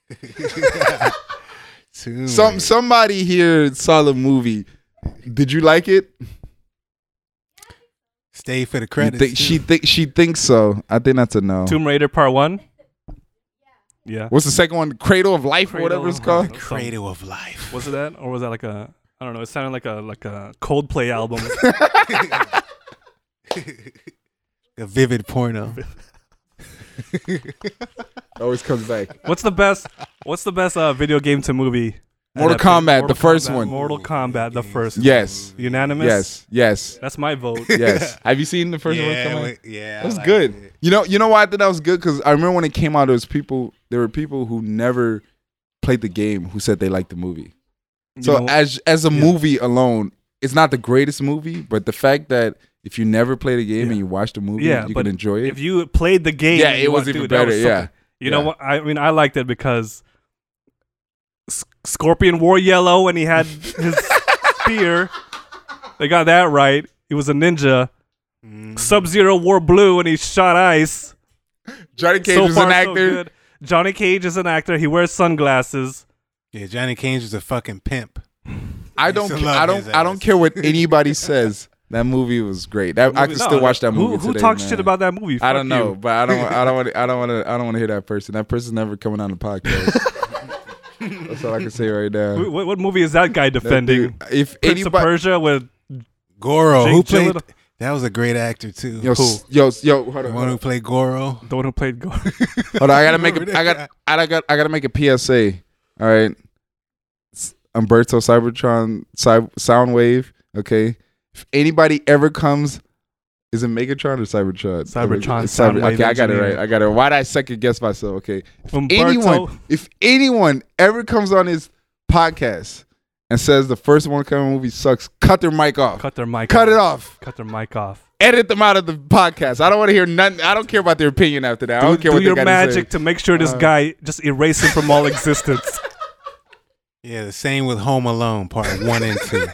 Speaker 2: (laughs)
Speaker 3: Tomb
Speaker 2: some
Speaker 3: Raider.
Speaker 2: somebody here saw the movie. Did you like it?
Speaker 3: Stay for the
Speaker 2: You
Speaker 3: credits.
Speaker 2: think-
Speaker 3: too.
Speaker 2: Oh. she think she thinks so. I think that's a no.
Speaker 1: Tomb Raider Part One. Yeah.
Speaker 2: What's the second one? Cradle of Life or whatever it's
Speaker 1: Cradle of
Speaker 2: called.
Speaker 1: Life. Some-
Speaker 3: Cradle of life.
Speaker 1: Was it
Speaker 3: (laughs)
Speaker 1: that, or was that like a? I don't know. It sounded like a like a Coldplay album.
Speaker 3: A vivid porno.
Speaker 2: Always comes back.
Speaker 1: What's the best? What's the best uh, video game to movie?
Speaker 2: Mortal
Speaker 1: adaptation?
Speaker 2: Kombat, the first
Speaker 1: Kombat,
Speaker 2: one.
Speaker 1: Mortal Kombat, the first. Yeah.
Speaker 2: Yes.
Speaker 1: Unanimous.
Speaker 2: (laughs) Yes.
Speaker 1: (laughs)
Speaker 2: Yes.
Speaker 1: That's my vote.
Speaker 2: (laughs) Yes. Have you seen the first one
Speaker 3: yeah,
Speaker 2: coming?
Speaker 3: we- yeah. I
Speaker 2: That was
Speaker 3: liked
Speaker 2: good.
Speaker 3: it.
Speaker 2: You know, you know why I thought that was good because I remember when it came out, there was people. There were people who never played the game who said they liked the movie.
Speaker 1: You
Speaker 2: So
Speaker 1: know,
Speaker 2: as as a
Speaker 1: Yeah.
Speaker 2: movie alone, it's not the greatest movie, but the fact that if you never play the game
Speaker 1: Yeah.
Speaker 2: and you watch the movie,
Speaker 1: Yeah,
Speaker 2: you
Speaker 1: but
Speaker 2: can enjoy it.
Speaker 1: if you played the game,
Speaker 2: yeah,
Speaker 1: and
Speaker 2: it
Speaker 1: you
Speaker 2: was
Speaker 1: want-
Speaker 2: even
Speaker 1: dude, that
Speaker 2: better.
Speaker 1: was
Speaker 2: yeah,
Speaker 1: something. You know
Speaker 2: Yeah.
Speaker 1: what? I mean, I liked it because S- Scorpion wore yellow and he had
Speaker 2: (laughs)
Speaker 1: his spear. They got that right. He was a ninja.
Speaker 2: Mm-hmm.
Speaker 3: Mm.
Speaker 1: Sub Zero wore blue and he shot ice.
Speaker 2: Johnny Cage
Speaker 1: so
Speaker 2: was
Speaker 1: far,
Speaker 2: an
Speaker 1: so
Speaker 2: actor.
Speaker 1: good. Johnny Cage is an actor. He wears sunglasses.
Speaker 3: Yeah, Johnny Cage was a fucking pimp. (laughs)
Speaker 2: I
Speaker 3: used
Speaker 2: don't.
Speaker 3: to
Speaker 2: ca-
Speaker 3: love
Speaker 2: I don't.
Speaker 3: his
Speaker 2: I don't
Speaker 3: ass.
Speaker 2: care what anybody says. That movie was great. That, I
Speaker 1: Movie-
Speaker 2: can
Speaker 1: no,
Speaker 2: still watch that movie.
Speaker 1: Who, who
Speaker 2: today,
Speaker 1: talks
Speaker 2: man.
Speaker 1: shit about that movie?
Speaker 2: I
Speaker 1: Fuck
Speaker 2: don't know,
Speaker 1: you.
Speaker 2: but I don't. I don't want. I don't want to. I don't want to hear that person. That person's never coming on the podcast. That's all I can say right now.
Speaker 1: Wh- What, what movie is that guy
Speaker 2: That
Speaker 1: defending?
Speaker 2: dude- if
Speaker 1: Prince of
Speaker 2: anybody,
Speaker 1: Persia with
Speaker 3: Goro,
Speaker 1: Jake
Speaker 3: who played?
Speaker 1: Gyllenhaal.
Speaker 3: That was a great actor too.
Speaker 2: yo, s- yo, s- yo, hold
Speaker 3: the one
Speaker 2: on, hold
Speaker 3: who
Speaker 2: on,
Speaker 3: played Goro.
Speaker 1: the one who played
Speaker 2: (laughs)
Speaker 1: Gore.
Speaker 2: hold on.
Speaker 3: (laughs)
Speaker 2: I gotta make
Speaker 3: Remember
Speaker 2: a.
Speaker 3: that
Speaker 2: I
Speaker 3: guy?
Speaker 2: got. I got. I gotta make a PSA. All right, S- Umberto Cybertron Cy- Soundwave. Okay, if anybody ever comes. Is it Megatron or Cybertron?
Speaker 1: Cybertron,
Speaker 2: It's Cyber-
Speaker 1: Soundwave
Speaker 2: okay, I got it
Speaker 1: engineer.
Speaker 2: right. I got it. Why did I second guess myself? Okay,
Speaker 1: Umberto.
Speaker 2: anyone, if anyone ever comes on his podcast and says the first one coming movie sucks, cut their mic off. Cut,
Speaker 1: Cut their mic.
Speaker 2: it off.
Speaker 1: Cut their mic off.
Speaker 2: Edit them out of the podcast. I don't want to hear nothing. I don't care about their opinion after that. I
Speaker 1: Do,
Speaker 2: don't care
Speaker 1: do
Speaker 2: what
Speaker 1: your
Speaker 2: they got
Speaker 1: magic to
Speaker 2: to
Speaker 1: make sure this
Speaker 2: Uh,
Speaker 1: guy just erase him
Speaker 2: (laughs)
Speaker 1: from all existence.
Speaker 3: Yeah, the same with Home Alone Part One and
Speaker 2: (laughs)
Speaker 3: Two.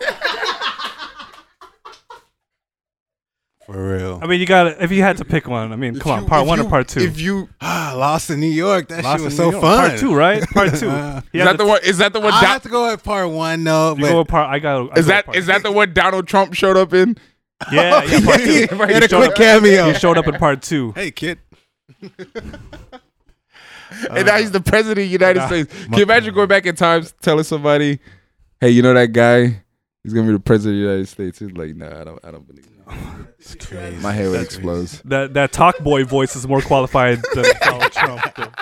Speaker 3: For real.
Speaker 1: I mean, you got to if you had to pick one. I mean,
Speaker 2: say.
Speaker 1: come on,
Speaker 2: If you-
Speaker 1: part
Speaker 2: if
Speaker 1: one
Speaker 2: you-
Speaker 1: or part two?
Speaker 2: If you
Speaker 3: Ah, (gasps) Lost in New York. That
Speaker 1: Lost
Speaker 3: shit
Speaker 1: in
Speaker 3: was
Speaker 1: New
Speaker 3: so
Speaker 1: York.
Speaker 3: fun.
Speaker 1: Part two, right? Part
Speaker 2: (laughs)
Speaker 1: two.
Speaker 3: Uh,
Speaker 1: He
Speaker 2: is
Speaker 1: had Ah,
Speaker 2: that the
Speaker 1: the-
Speaker 2: one? Is that the one?
Speaker 3: I
Speaker 2: Don-
Speaker 3: have to go with part one, no.
Speaker 1: you go with
Speaker 3: But
Speaker 1: part. I got. I
Speaker 2: is
Speaker 1: go
Speaker 2: that
Speaker 1: with
Speaker 2: is
Speaker 1: part
Speaker 2: that the one Donald Trump showed up in?
Speaker 1: two. Yeah, yeah. Part two.
Speaker 2: Right,
Speaker 3: he had
Speaker 2: (laughs) he
Speaker 3: a
Speaker 2: showed
Speaker 3: quick
Speaker 2: up.
Speaker 3: cameo.
Speaker 1: He showed up in part two.
Speaker 3: Hey, kid.
Speaker 2: and now he's the president of the United
Speaker 1: Uh, nah.
Speaker 2: States. Can you imagine going back in time, telling somebody, "Hey, you know that guy? He's gonna be the president of the United States." He's like, "Nah, I don't. I don't believe." That.
Speaker 3: It's crazy. (laughs)
Speaker 2: My head would
Speaker 3: That's
Speaker 2: explode.
Speaker 1: That that talk boy voice is more qualified than
Speaker 2: (laughs)
Speaker 1: Donald Trump.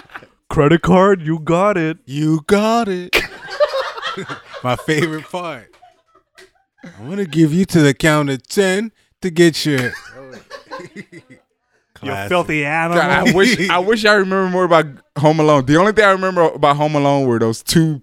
Speaker 1: Credit card, you got it.
Speaker 3: You
Speaker 1: (laughs)
Speaker 3: got it. My favorite part. I'm gonna give you to the count of ten to get
Speaker 1: (laughs)
Speaker 3: your.
Speaker 1: You
Speaker 3: Classic.
Speaker 1: filthy (laughs)
Speaker 2: God, (laughs) I
Speaker 1: animal.
Speaker 2: wish I wish I remember more about Home Alone. The only thing I remember about Home Alone were those two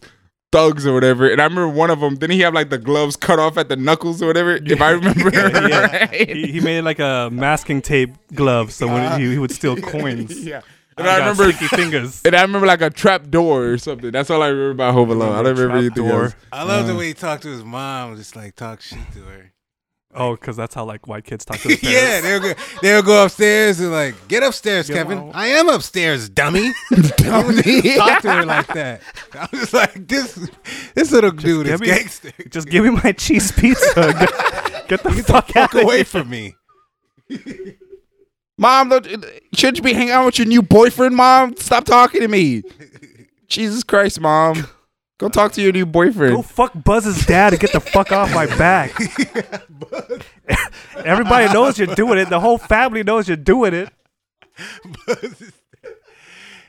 Speaker 2: thugs or whatever. And I remember one of them. Didn't he have like the gloves cut off at the knuckles or whatever? If I remember
Speaker 1: (laughs) Yeah.
Speaker 2: (laughs) right.
Speaker 1: He, he made like a masking tape glove, so when he, he would steal coins.
Speaker 2: yeah.
Speaker 1: I
Speaker 2: And I,
Speaker 1: got
Speaker 2: remember.
Speaker 1: sticky fingers.
Speaker 2: And I remember like a trap door or something. That's all I remember about Home Alone. I don't remember
Speaker 1: Trap
Speaker 2: anything
Speaker 1: door.
Speaker 2: else.
Speaker 3: I love the way he talked to his mom, just like talk shit
Speaker 1: (laughs)
Speaker 3: to her.
Speaker 1: Oh, because that's how like white kids talk to their
Speaker 3: (laughs) yeah,
Speaker 1: parents.
Speaker 3: they'll go, they'll go upstairs and like, get upstairs, Kevin.
Speaker 1: on.
Speaker 3: I am upstairs,
Speaker 1: (laughs)
Speaker 3: dummy.
Speaker 2: (laughs)
Speaker 3: talk to her like that. I was just like, this this little dude is
Speaker 1: give me-
Speaker 3: gangster.
Speaker 1: Just give me my cheese pizza. (laughs) Get, get the fuck, out
Speaker 2: (laughs)
Speaker 3: Fuck
Speaker 1: of
Speaker 3: away
Speaker 1: here.
Speaker 3: from me.
Speaker 2: Mom, don't, shouldn't you be hanging out with your new boyfriend, Mom? Stop talking to (laughs) me. Jesus Christ, Mom. Go talk to your new boyfriend.
Speaker 1: Go fuck Buzz's dad and get the fuck off my back. Everybody knows you're doing it. The whole family knows you're doing it.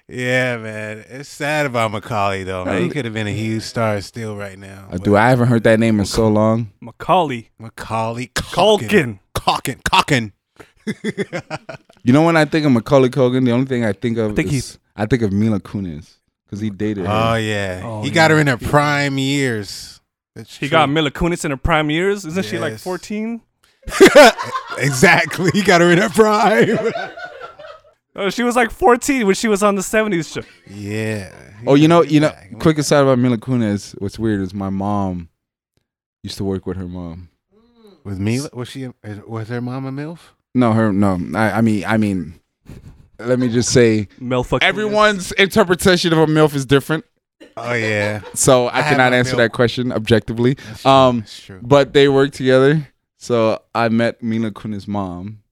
Speaker 3: yeah, man. It's sad about Macaulay though, man. He could have been a huge star still right now.
Speaker 2: Uh, dude, I haven't heard that name in so long.
Speaker 1: Macaulay
Speaker 3: Macaulay Culkin.
Speaker 1: Culkin.
Speaker 3: Culkin. Culkin.
Speaker 2: You know when I think of Macaulay Culkin, the only thing I think of I
Speaker 1: think
Speaker 2: think
Speaker 1: he's-
Speaker 2: is I think of Mila Kunis because he dated her.
Speaker 3: Oh yeah.
Speaker 1: Oh,
Speaker 3: he got
Speaker 1: yeah.
Speaker 3: her in her prime years. That's
Speaker 1: He
Speaker 3: true.
Speaker 1: got Mila Kunis in her prime years. Isn't she like
Speaker 3: Yes.
Speaker 1: 14?
Speaker 3: (laughs) Exactly. He got her in her
Speaker 2: (laughs)
Speaker 3: prime.
Speaker 1: Oh, she was like 14 when she was on the 70s show.
Speaker 3: yeah. He
Speaker 2: oh, you know,
Speaker 3: got her
Speaker 2: you know.
Speaker 3: back.
Speaker 2: Quick aside about Mila Kunis. What's weird is my mom used to work with her mom.
Speaker 3: Was Mila was she was her mom a MILF?
Speaker 2: No, her no. I, I mean, I mean. Let me just say,
Speaker 1: Mel fuck Kunis.
Speaker 2: everyone's interpretation of a milf is different,
Speaker 3: Oh yeah.
Speaker 2: so I,
Speaker 3: I have
Speaker 2: cannot
Speaker 3: a
Speaker 2: answer
Speaker 3: MILF.
Speaker 2: that question objectively.
Speaker 3: That's true.
Speaker 2: Um,
Speaker 3: That's true.
Speaker 2: But they worked together. So I met Mila Kunis' mom.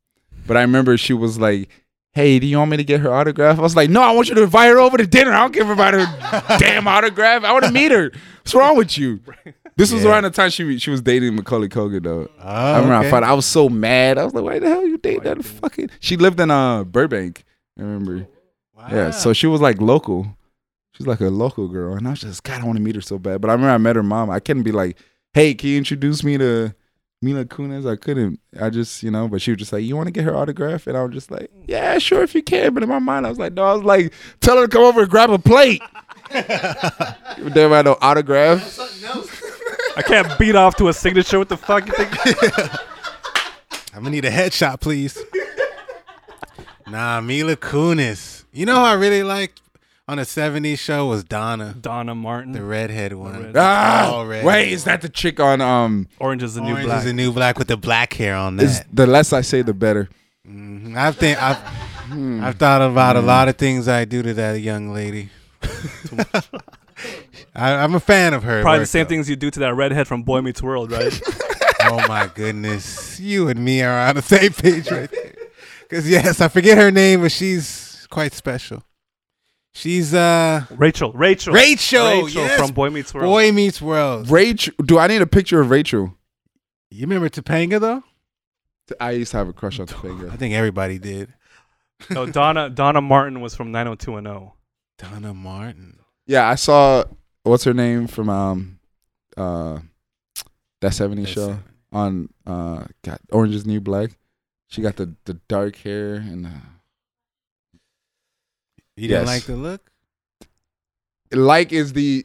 Speaker 2: But I remember she was like, hey, do you want me to get her autograph? I was like, no, I want you to invite her over to dinner. I don't care about her (laughs) damn autograph. I want to meet her. What's wrong with you? This was
Speaker 3: Yeah.
Speaker 2: around the time she she was dating Macaulay Culkin though.
Speaker 3: Oh,
Speaker 2: I remember I
Speaker 3: okay.
Speaker 2: found I was so mad. I was like, why the hell you date that fucking? She lived in uh Burbank. I remember. Yeah, so she was like local. She's like a local girl, and I was just God, I want to meet her so bad. But I remember I met her mom. I couldn't be like, "Hey, can you introduce me to Mila Kunis?" I couldn't. I just, you know. But she was just like, "You want to get her autograph?" And I was just like, "Yeah, sure, if you can." But in my mind, I was like, "No," I was like, "Tell her to come over and grab a plate." You never had no autograph.
Speaker 1: I can't beat off to a signature. What the fuck you think?
Speaker 3: I'm gonna need a headshot, please. nah, Mila Kunis. You know who I really liked on the '70s show was Donna,
Speaker 1: Donna Martin.
Speaker 3: the redhead one.
Speaker 1: red-
Speaker 2: Ah,
Speaker 3: All red.
Speaker 2: wait, is that the chick on um?
Speaker 1: Orange is the new
Speaker 3: Orange
Speaker 1: black.
Speaker 3: is the new black with the black hair on
Speaker 2: Is
Speaker 3: that.
Speaker 2: the less I say,
Speaker 1: (laughs)
Speaker 2: the better.
Speaker 3: Mhm. I think I've I've thought about a lot of things I do to that young lady. I, I'm a fan of her.
Speaker 1: Probably the
Speaker 3: work,
Speaker 1: same
Speaker 3: though.
Speaker 1: things you do to that redhead from Boy Meets World, right? (laughs)
Speaker 3: Oh my goodness, you and me are on the same page right there. Because yes, I forget her name, but she's quite special. She's uh
Speaker 1: Rachel. Rachel.
Speaker 3: Rachel, yes.
Speaker 1: from Boy Meets World.
Speaker 3: Boy Meets World.
Speaker 2: Rachel, do I need a picture of Rachel?
Speaker 3: You remember Topanga though?
Speaker 2: I used to have a crush on Topanga.
Speaker 3: I think everybody did.
Speaker 1: No, Donna Donna Martin was from 90210.
Speaker 3: Donna Martin.
Speaker 2: Yeah, I saw what's her name from um uh that 70s show on uh God, Orange is the New Black. She got the the dark hair and uh,
Speaker 3: You
Speaker 2: Yes.
Speaker 3: didn't like the look?
Speaker 2: (laughs) like is the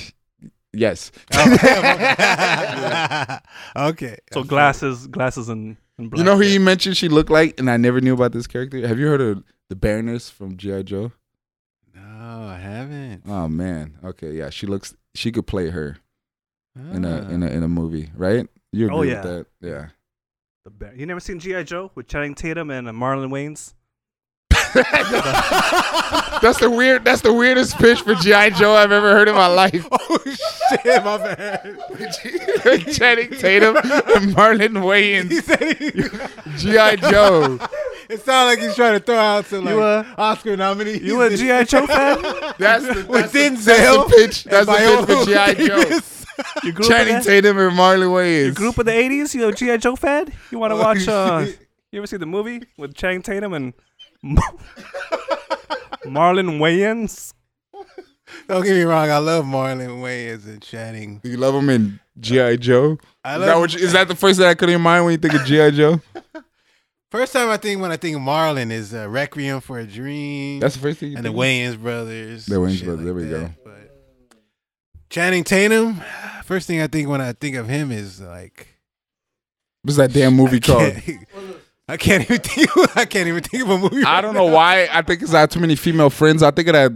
Speaker 2: (laughs) yes.
Speaker 3: Oh, (laughs) okay.
Speaker 1: So glasses, glasses, and, and black.
Speaker 2: you know who
Speaker 1: hair.
Speaker 2: you mentioned she looked like and I never knew about this character? Have you heard of the Baroness from G.I. Joe?
Speaker 3: No, I haven't.
Speaker 2: Oh man. Okay, yeah, she looks she could play her in a in a in a movie, right? You agree
Speaker 1: Oh,
Speaker 2: with
Speaker 1: yeah.
Speaker 2: that? Yeah.
Speaker 1: The bear. You never seen GI Joe with Channing Tatum and uh, Marlon Wayans?
Speaker 2: (laughs) That's the weird. That's the weirdest pitch for GI Joe I've ever heard in my life.
Speaker 3: (laughs) Oh shit, my bad.
Speaker 2: (laughs) (laughs) Channing
Speaker 3: (laughs)
Speaker 2: Tatum (laughs) and Marlon Wayans.
Speaker 3: He said he,
Speaker 2: (laughs) GI Joe.
Speaker 3: it sounded like he's trying to throw out some like
Speaker 1: You
Speaker 3: Oscar nominee.
Speaker 1: You
Speaker 3: (laughs)
Speaker 1: a GI Joe fan?
Speaker 2: (laughs) That's the, that's
Speaker 3: with
Speaker 2: the,
Speaker 3: Denzel.
Speaker 2: that's the pitch. That's the pitch for GI Joe.
Speaker 1: You grew up in
Speaker 2: Channing
Speaker 1: that-
Speaker 2: Tatum and Marlon Wayans.
Speaker 1: group of the 80s? You a GI Joe fan? You
Speaker 3: (laughs)
Speaker 1: want to watch? Uh,
Speaker 3: shit.
Speaker 1: you ever see the movie with Channing Tatum and Mar- (laughs) Marlon Wayans?
Speaker 3: (laughs) Don't get me wrong, I love Marlon Wayans and Channing.
Speaker 2: Do you love him in GI Joe?
Speaker 3: I
Speaker 2: Is
Speaker 3: love
Speaker 2: that, what you, is that the first thing I could in mind when you think of GI Joe?
Speaker 3: First time I think when I think of Marlon is uh, Requiem for a Dream.
Speaker 2: That's the first thing. You
Speaker 3: and the
Speaker 2: think
Speaker 3: Wayans brothers.
Speaker 2: The Wayans
Speaker 3: shit
Speaker 2: brothers, there we go.
Speaker 3: But Channing Tatum. First thing I think when I think of him is like
Speaker 2: What's that
Speaker 3: (laughs)
Speaker 2: damn movie called?
Speaker 3: can't- I can't even think. I can't even think of a movie.
Speaker 2: I
Speaker 3: right
Speaker 2: don't
Speaker 3: now.
Speaker 2: know why. I think it's I have too many female friends. I think of that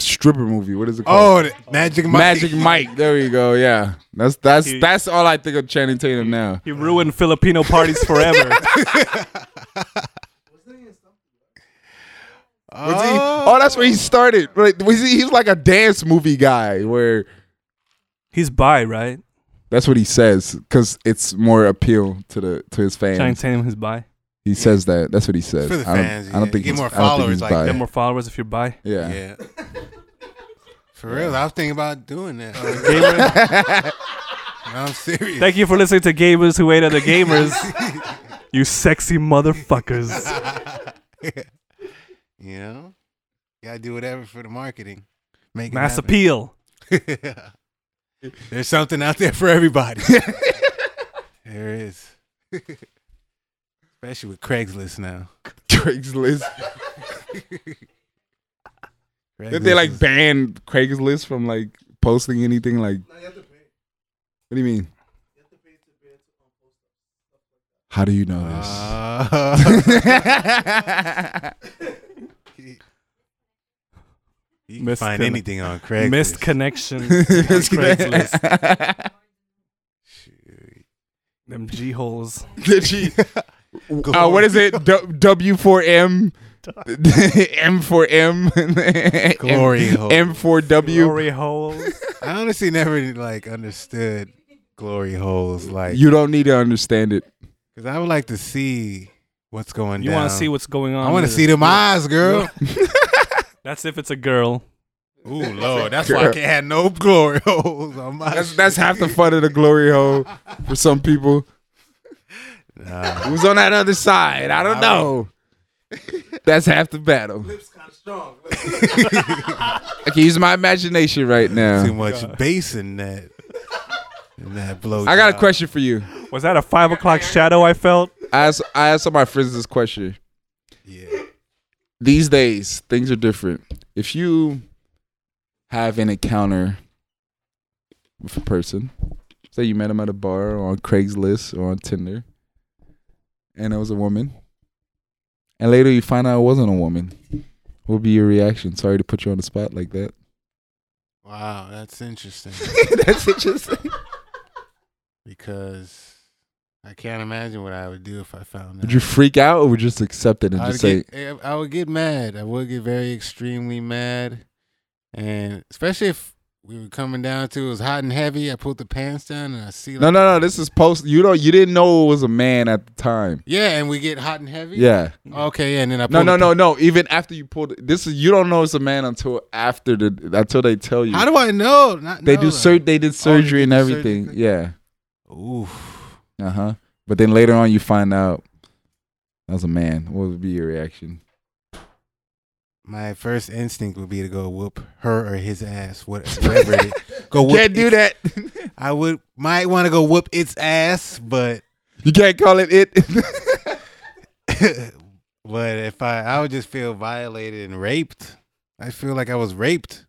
Speaker 2: stripper movie. What is it called?
Speaker 3: Oh, the- Magic Mike. (laughs)
Speaker 2: Magic Mike. There we go. Yeah, that's that's
Speaker 1: He-
Speaker 2: that's all I think of Channing Tatum now.
Speaker 1: You ruined Filipino parties
Speaker 3: (laughs)
Speaker 1: forever.
Speaker 2: Was he-
Speaker 3: Oh.
Speaker 2: oh, that's where he started. Right, was he, he was like a dance movie guy. Where
Speaker 1: He's bi, right?
Speaker 2: that's what he says because it's more appeal to the to his
Speaker 1: Channing
Speaker 2: fans.
Speaker 1: Tatum is bi.
Speaker 2: He says that. That's what he says.
Speaker 3: For the
Speaker 2: I don't,
Speaker 3: fans,
Speaker 2: I don't
Speaker 3: yeah.
Speaker 2: think
Speaker 3: Get
Speaker 2: he's,
Speaker 3: more
Speaker 2: I don't think
Speaker 3: followers
Speaker 2: he's
Speaker 3: like
Speaker 2: bi.
Speaker 1: Get
Speaker 3: that.
Speaker 1: more followers if you're bi.
Speaker 2: (laughs) Yeah.
Speaker 3: Yeah. For real, I was thinking about doing that.
Speaker 2: Oh,
Speaker 1: Gamer.
Speaker 3: (laughs) No, I'm serious.
Speaker 1: Thank you for listening to Gamers Who Ate Other Gamers. you sexy
Speaker 3: (laughs)
Speaker 1: motherfuckers.
Speaker 3: you know, gotta do whatever for the marketing. Make it
Speaker 1: Mass
Speaker 3: happen.
Speaker 1: appeal.
Speaker 3: (laughs) There's something out there for
Speaker 2: (laughs)
Speaker 3: everybody. there is. (laughs) Especially with Craigslist now.
Speaker 2: (laughs) Craigslist. Did (laughs) they
Speaker 3: Craigslist
Speaker 2: like
Speaker 3: is-
Speaker 2: ban Craigslist from like posting anything? Like, what do you mean? How do you
Speaker 3: (laughs)
Speaker 2: know this? (laughs)
Speaker 3: Uh, you can
Speaker 1: Missed
Speaker 3: find
Speaker 1: conne-
Speaker 3: anything on Craigslist.
Speaker 1: Missed
Speaker 3: (laughs)
Speaker 1: connections. on Craigslist.
Speaker 3: Shoot.
Speaker 1: Them G holes.
Speaker 2: (laughs) Did (laughs) she? Uh,
Speaker 3: Glory.
Speaker 2: what is it?
Speaker 3: (laughs)
Speaker 2: W four M, (laughs) M four M, (laughs)
Speaker 3: Glory hole.
Speaker 2: M four W.
Speaker 1: Glory holes.
Speaker 3: I honestly never like understood glory holes like
Speaker 2: You don't need to understand it.
Speaker 3: because I would like to see what's going
Speaker 1: You
Speaker 3: down.
Speaker 1: want to see what's going on.
Speaker 3: I want to
Speaker 1: with
Speaker 3: see
Speaker 1: it.
Speaker 3: them eyes, girl.
Speaker 1: (laughs) That's if it's a girl.
Speaker 3: (laughs) Ooh, Lord, that's why I
Speaker 2: Girl.
Speaker 3: can't have no glory holes on my.
Speaker 2: That's
Speaker 3: (laughs)
Speaker 2: that's half the fun of the glory hole for some people.
Speaker 3: Nah.
Speaker 2: Who's on that other side? I
Speaker 3: (laughs)
Speaker 2: don't know. That's half the battle. (laughs) I can use my imagination right
Speaker 3: too
Speaker 2: now.
Speaker 3: much bass in that. In that blow.
Speaker 2: I got a
Speaker 3: job.
Speaker 2: question for you.
Speaker 1: Was that a five o'clock shadow I felt?
Speaker 2: I asked I asked all my friends this question.
Speaker 3: Yeah.
Speaker 2: These days, things are different. If you have an encounter with a person, say you met him at a bar or on Craigslist or on Tinder, and it was a woman, and later you find out it wasn't a woman, what would be your reaction? Sorry to put you on the spot
Speaker 3: (laughs)
Speaker 2: like that.
Speaker 3: Wow, that's
Speaker 2: (laughs)
Speaker 3: interesting
Speaker 2: That's interesting.
Speaker 3: because I can't imagine what I would do if I found
Speaker 2: Would
Speaker 3: that.
Speaker 2: you freak out or would you just accept it and
Speaker 3: I'd
Speaker 2: just say,
Speaker 3: get, eh, I would get mad. I would get very extremely mad, and especially if we were coming down to it was hot and heavy. I pulled the pants down and I see. Like,
Speaker 2: no, no, no, this is post. You don't. You didn't know it was a man at the time.
Speaker 3: Yeah, and we get hot and heavy.
Speaker 2: Yeah.
Speaker 3: Okay. Yeah, and then I.
Speaker 2: No,
Speaker 3: pull
Speaker 2: no,
Speaker 3: the
Speaker 2: no, no. Even after you pulled this is you don't know it's a man until after the until they tell you.
Speaker 3: pa- How do I know? Not
Speaker 2: they
Speaker 3: know
Speaker 2: do
Speaker 3: that.
Speaker 2: sur- they did surgery
Speaker 3: did
Speaker 2: and
Speaker 3: the
Speaker 2: everything.
Speaker 3: surgery?
Speaker 2: Yeah.
Speaker 3: Oof.
Speaker 2: Uh huh. But then later on you find out that was a man. What would be your reaction?
Speaker 3: My first instinct would be to go whoop her or his ass, what- whatever
Speaker 2: (laughs)
Speaker 3: it is. Go whoop
Speaker 2: Can't do
Speaker 3: its-
Speaker 2: that. (laughs)
Speaker 3: I would might want to go whoop its ass, but
Speaker 2: you can't call it it.
Speaker 3: (laughs) but if I I would just feel violated and raped. I feel like I was raped.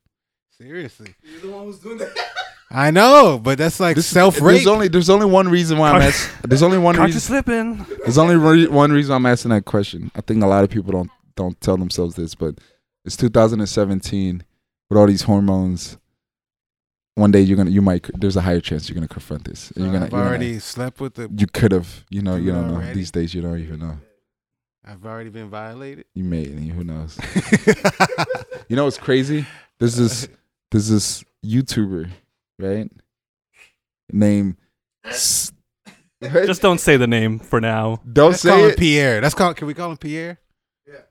Speaker 3: Seriously. You're the one who's doing that. (laughs) I know, but that's like self rape.
Speaker 2: (laughs) There's only there's only one reason why I'm asking. There's only one
Speaker 1: Caught you
Speaker 2: reason.
Speaker 1: slipping.
Speaker 2: There's only re- one reason I'm asking that question. I think a lot of people don't don't tell themselves this, but it's 2017 with all these hormones. One day you're gonna you might there's a higher chance you're gonna confront this. And you're gonna,
Speaker 3: I've
Speaker 2: you're gonna-
Speaker 3: already slept with
Speaker 2: (laughs)
Speaker 3: the.
Speaker 2: you could have you know you
Speaker 3: Dude
Speaker 2: don't know
Speaker 3: already?
Speaker 2: these days you don't even know
Speaker 3: I've already been violated.
Speaker 2: (laughs) you made it and who knows you know what's crazy
Speaker 3: (laughs)
Speaker 2: there's this there's this YouTuber right named S-
Speaker 1: Just don't say the name for now.
Speaker 2: don't
Speaker 3: Let's call
Speaker 2: say
Speaker 3: him
Speaker 2: it.
Speaker 3: Pierre. That's called. Can we call him Pierre?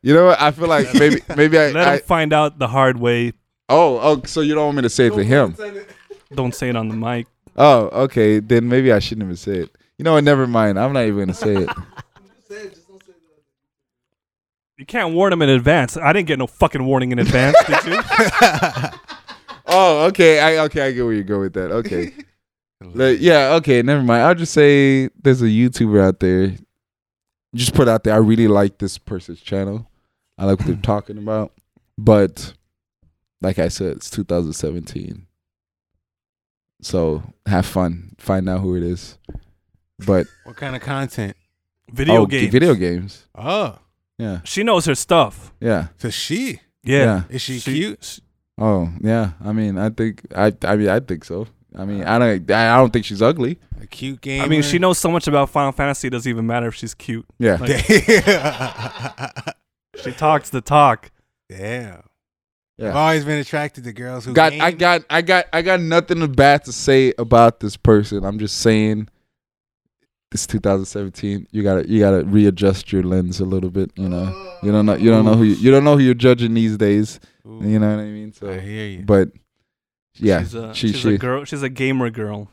Speaker 2: you know what I feel like maybe maybe
Speaker 1: (laughs)
Speaker 2: I,
Speaker 1: Let
Speaker 2: I
Speaker 1: him find out the hard way.
Speaker 2: Oh, oh, so you don't want me to say it to him?
Speaker 1: Don't say it on the mic.
Speaker 2: Oh, okay. Then maybe I shouldn't have said it. You know what? Never mind. I'm not even gonna say (laughs) it.
Speaker 1: You can't warn him in advance. I didn't get no fucking warning in advance, did
Speaker 2: (laughs)
Speaker 1: you?
Speaker 2: Oh, okay. I okay. I get where you go with that. Okay. Like, yeah. Okay. Never mind. I'll just say there's a YouTuber out there. Just put out there. I really like this person's channel. I like what they're talking about. But like I said, it's 2017. So have fun. Find out who it is. But
Speaker 3: What kind of content?
Speaker 1: Video
Speaker 2: oh, g-
Speaker 1: game.
Speaker 2: Video games.
Speaker 3: Oh,
Speaker 2: Yeah.
Speaker 1: She knows her stuff.
Speaker 2: Yeah.
Speaker 3: so she
Speaker 1: Yeah.
Speaker 3: is she,
Speaker 1: She-
Speaker 3: cute?
Speaker 2: Oh yeah, I mean, I think I, I mean, I think so. I mean, I don't, I don't think she's ugly.
Speaker 3: A cute game.
Speaker 1: I mean, she knows so much about Final Fantasy. It doesn't even matter if she's cute.
Speaker 2: Yeah,
Speaker 1: Like-
Speaker 3: (laughs) Damn.
Speaker 1: She talks the talk.
Speaker 2: Yeah.
Speaker 3: I've always been attracted to girls who
Speaker 2: got,
Speaker 3: game.
Speaker 2: I got, I got, I got nothing bad to say about this person. I'm just saying, it's 2017. You gotta, you gotta readjust your lens a little bit. You know,
Speaker 1: Uh,
Speaker 2: you don't know, you don't know who you, you don't know who you're judging these days.
Speaker 3: Ooh,
Speaker 2: You know what I mean?
Speaker 3: I
Speaker 2: So,
Speaker 3: hear you.
Speaker 2: but yeah,
Speaker 1: She's a,
Speaker 2: she,
Speaker 1: she's
Speaker 2: she,
Speaker 1: a girl. She's a gamer girl.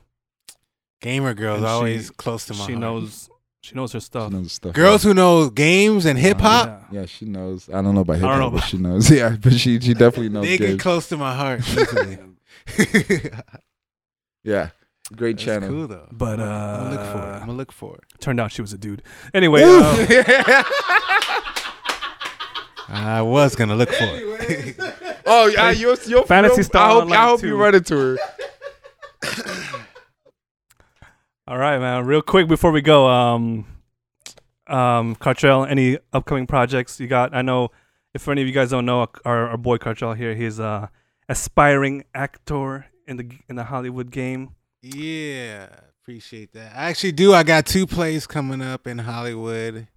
Speaker 3: Gamer girls
Speaker 1: And
Speaker 3: always
Speaker 1: she-
Speaker 3: close to my.
Speaker 1: She
Speaker 3: heart.
Speaker 1: knows. She knows her
Speaker 2: she
Speaker 1: stuff.
Speaker 2: knows stuff.
Speaker 3: girls who know games and hip hop.
Speaker 1: Yeah.
Speaker 2: Yeah, she knows. I don't know about hip
Speaker 1: don't know
Speaker 2: hop, but
Speaker 1: about-
Speaker 2: she knows. (laughs) Yeah, but she, she
Speaker 3: (laughs)
Speaker 2: definitely knows.
Speaker 3: they get
Speaker 2: games.
Speaker 3: close to my
Speaker 2: (laughs)
Speaker 3: heart. easily.
Speaker 2: Yeah, great
Speaker 3: That's
Speaker 2: channel.
Speaker 3: cool though.
Speaker 1: But uh,
Speaker 3: I'm gonna look for it. I'm gonna look for it.
Speaker 1: turned out she was a dude. Anyway, uh,
Speaker 3: (laughs) I was gonna look for (laughs) it.
Speaker 2: Oh, yeah, you're, you're
Speaker 1: Fantasy
Speaker 2: you're-
Speaker 1: Star
Speaker 2: I hope,
Speaker 1: Online
Speaker 2: I hope
Speaker 1: too.
Speaker 2: you run into her.
Speaker 1: all right, man. Real quick before we go, um, um, Cartrell, any upcoming projects you got? I know if any of you guys don't know, our, our boy Cartrell here, he's a aspiring actor in the in the Hollywood game.
Speaker 3: Yeah, appreciate that. I actually do. I got two plays coming up in Hollywood.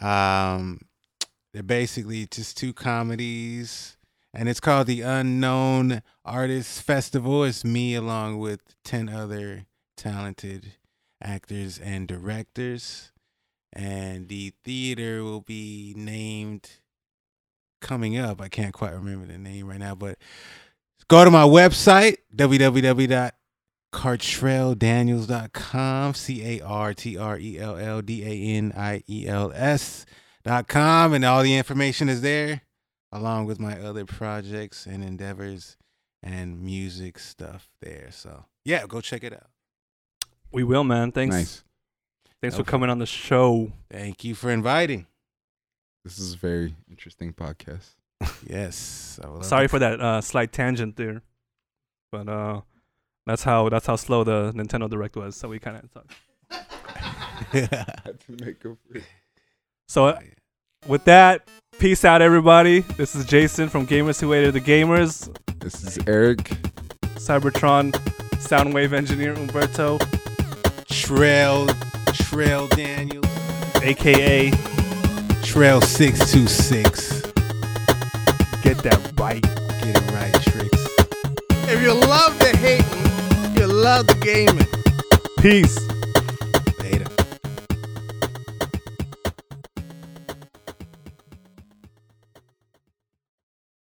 Speaker 3: Um, they're basically just two comedies, and it's called the Unknown Artists Festival. It's me along with ten other talented actors and directors, and the theater will be named coming up. I can't quite remember the name right now, but go to my website www.cartrelldaniels.com c a r t r e l l d a n i e l s dot com, and all the information is there, along with my other projects and endeavors and music stuff there. So yeah, go check it out.
Speaker 1: We will, man. Thanks.
Speaker 2: Nice.
Speaker 1: Thanks for
Speaker 3: Okay.
Speaker 1: coming on the show.
Speaker 3: Thank you for inviting.
Speaker 2: This is a very interesting podcast.
Speaker 3: Yes. I would love
Speaker 1: Sorry
Speaker 3: to-
Speaker 1: for that uh, slight tangent there, but uh, that's how that's how slow the Nintendo Direct was. So we kind of talked.
Speaker 2: had to make up for it.
Speaker 1: (laughs) So uh, with that, peace out, everybody. This is Jason from Gamers Who Waited the Gamers,
Speaker 2: This is Eric.
Speaker 1: Cybertron, Soundwave engineer Umberto,
Speaker 3: Trail, Trail Daniel,
Speaker 1: aka
Speaker 3: Trail six two six.
Speaker 1: Get That Right.
Speaker 3: Get it right, tricks. If you love the hating, you love the gaming.
Speaker 1: Peace.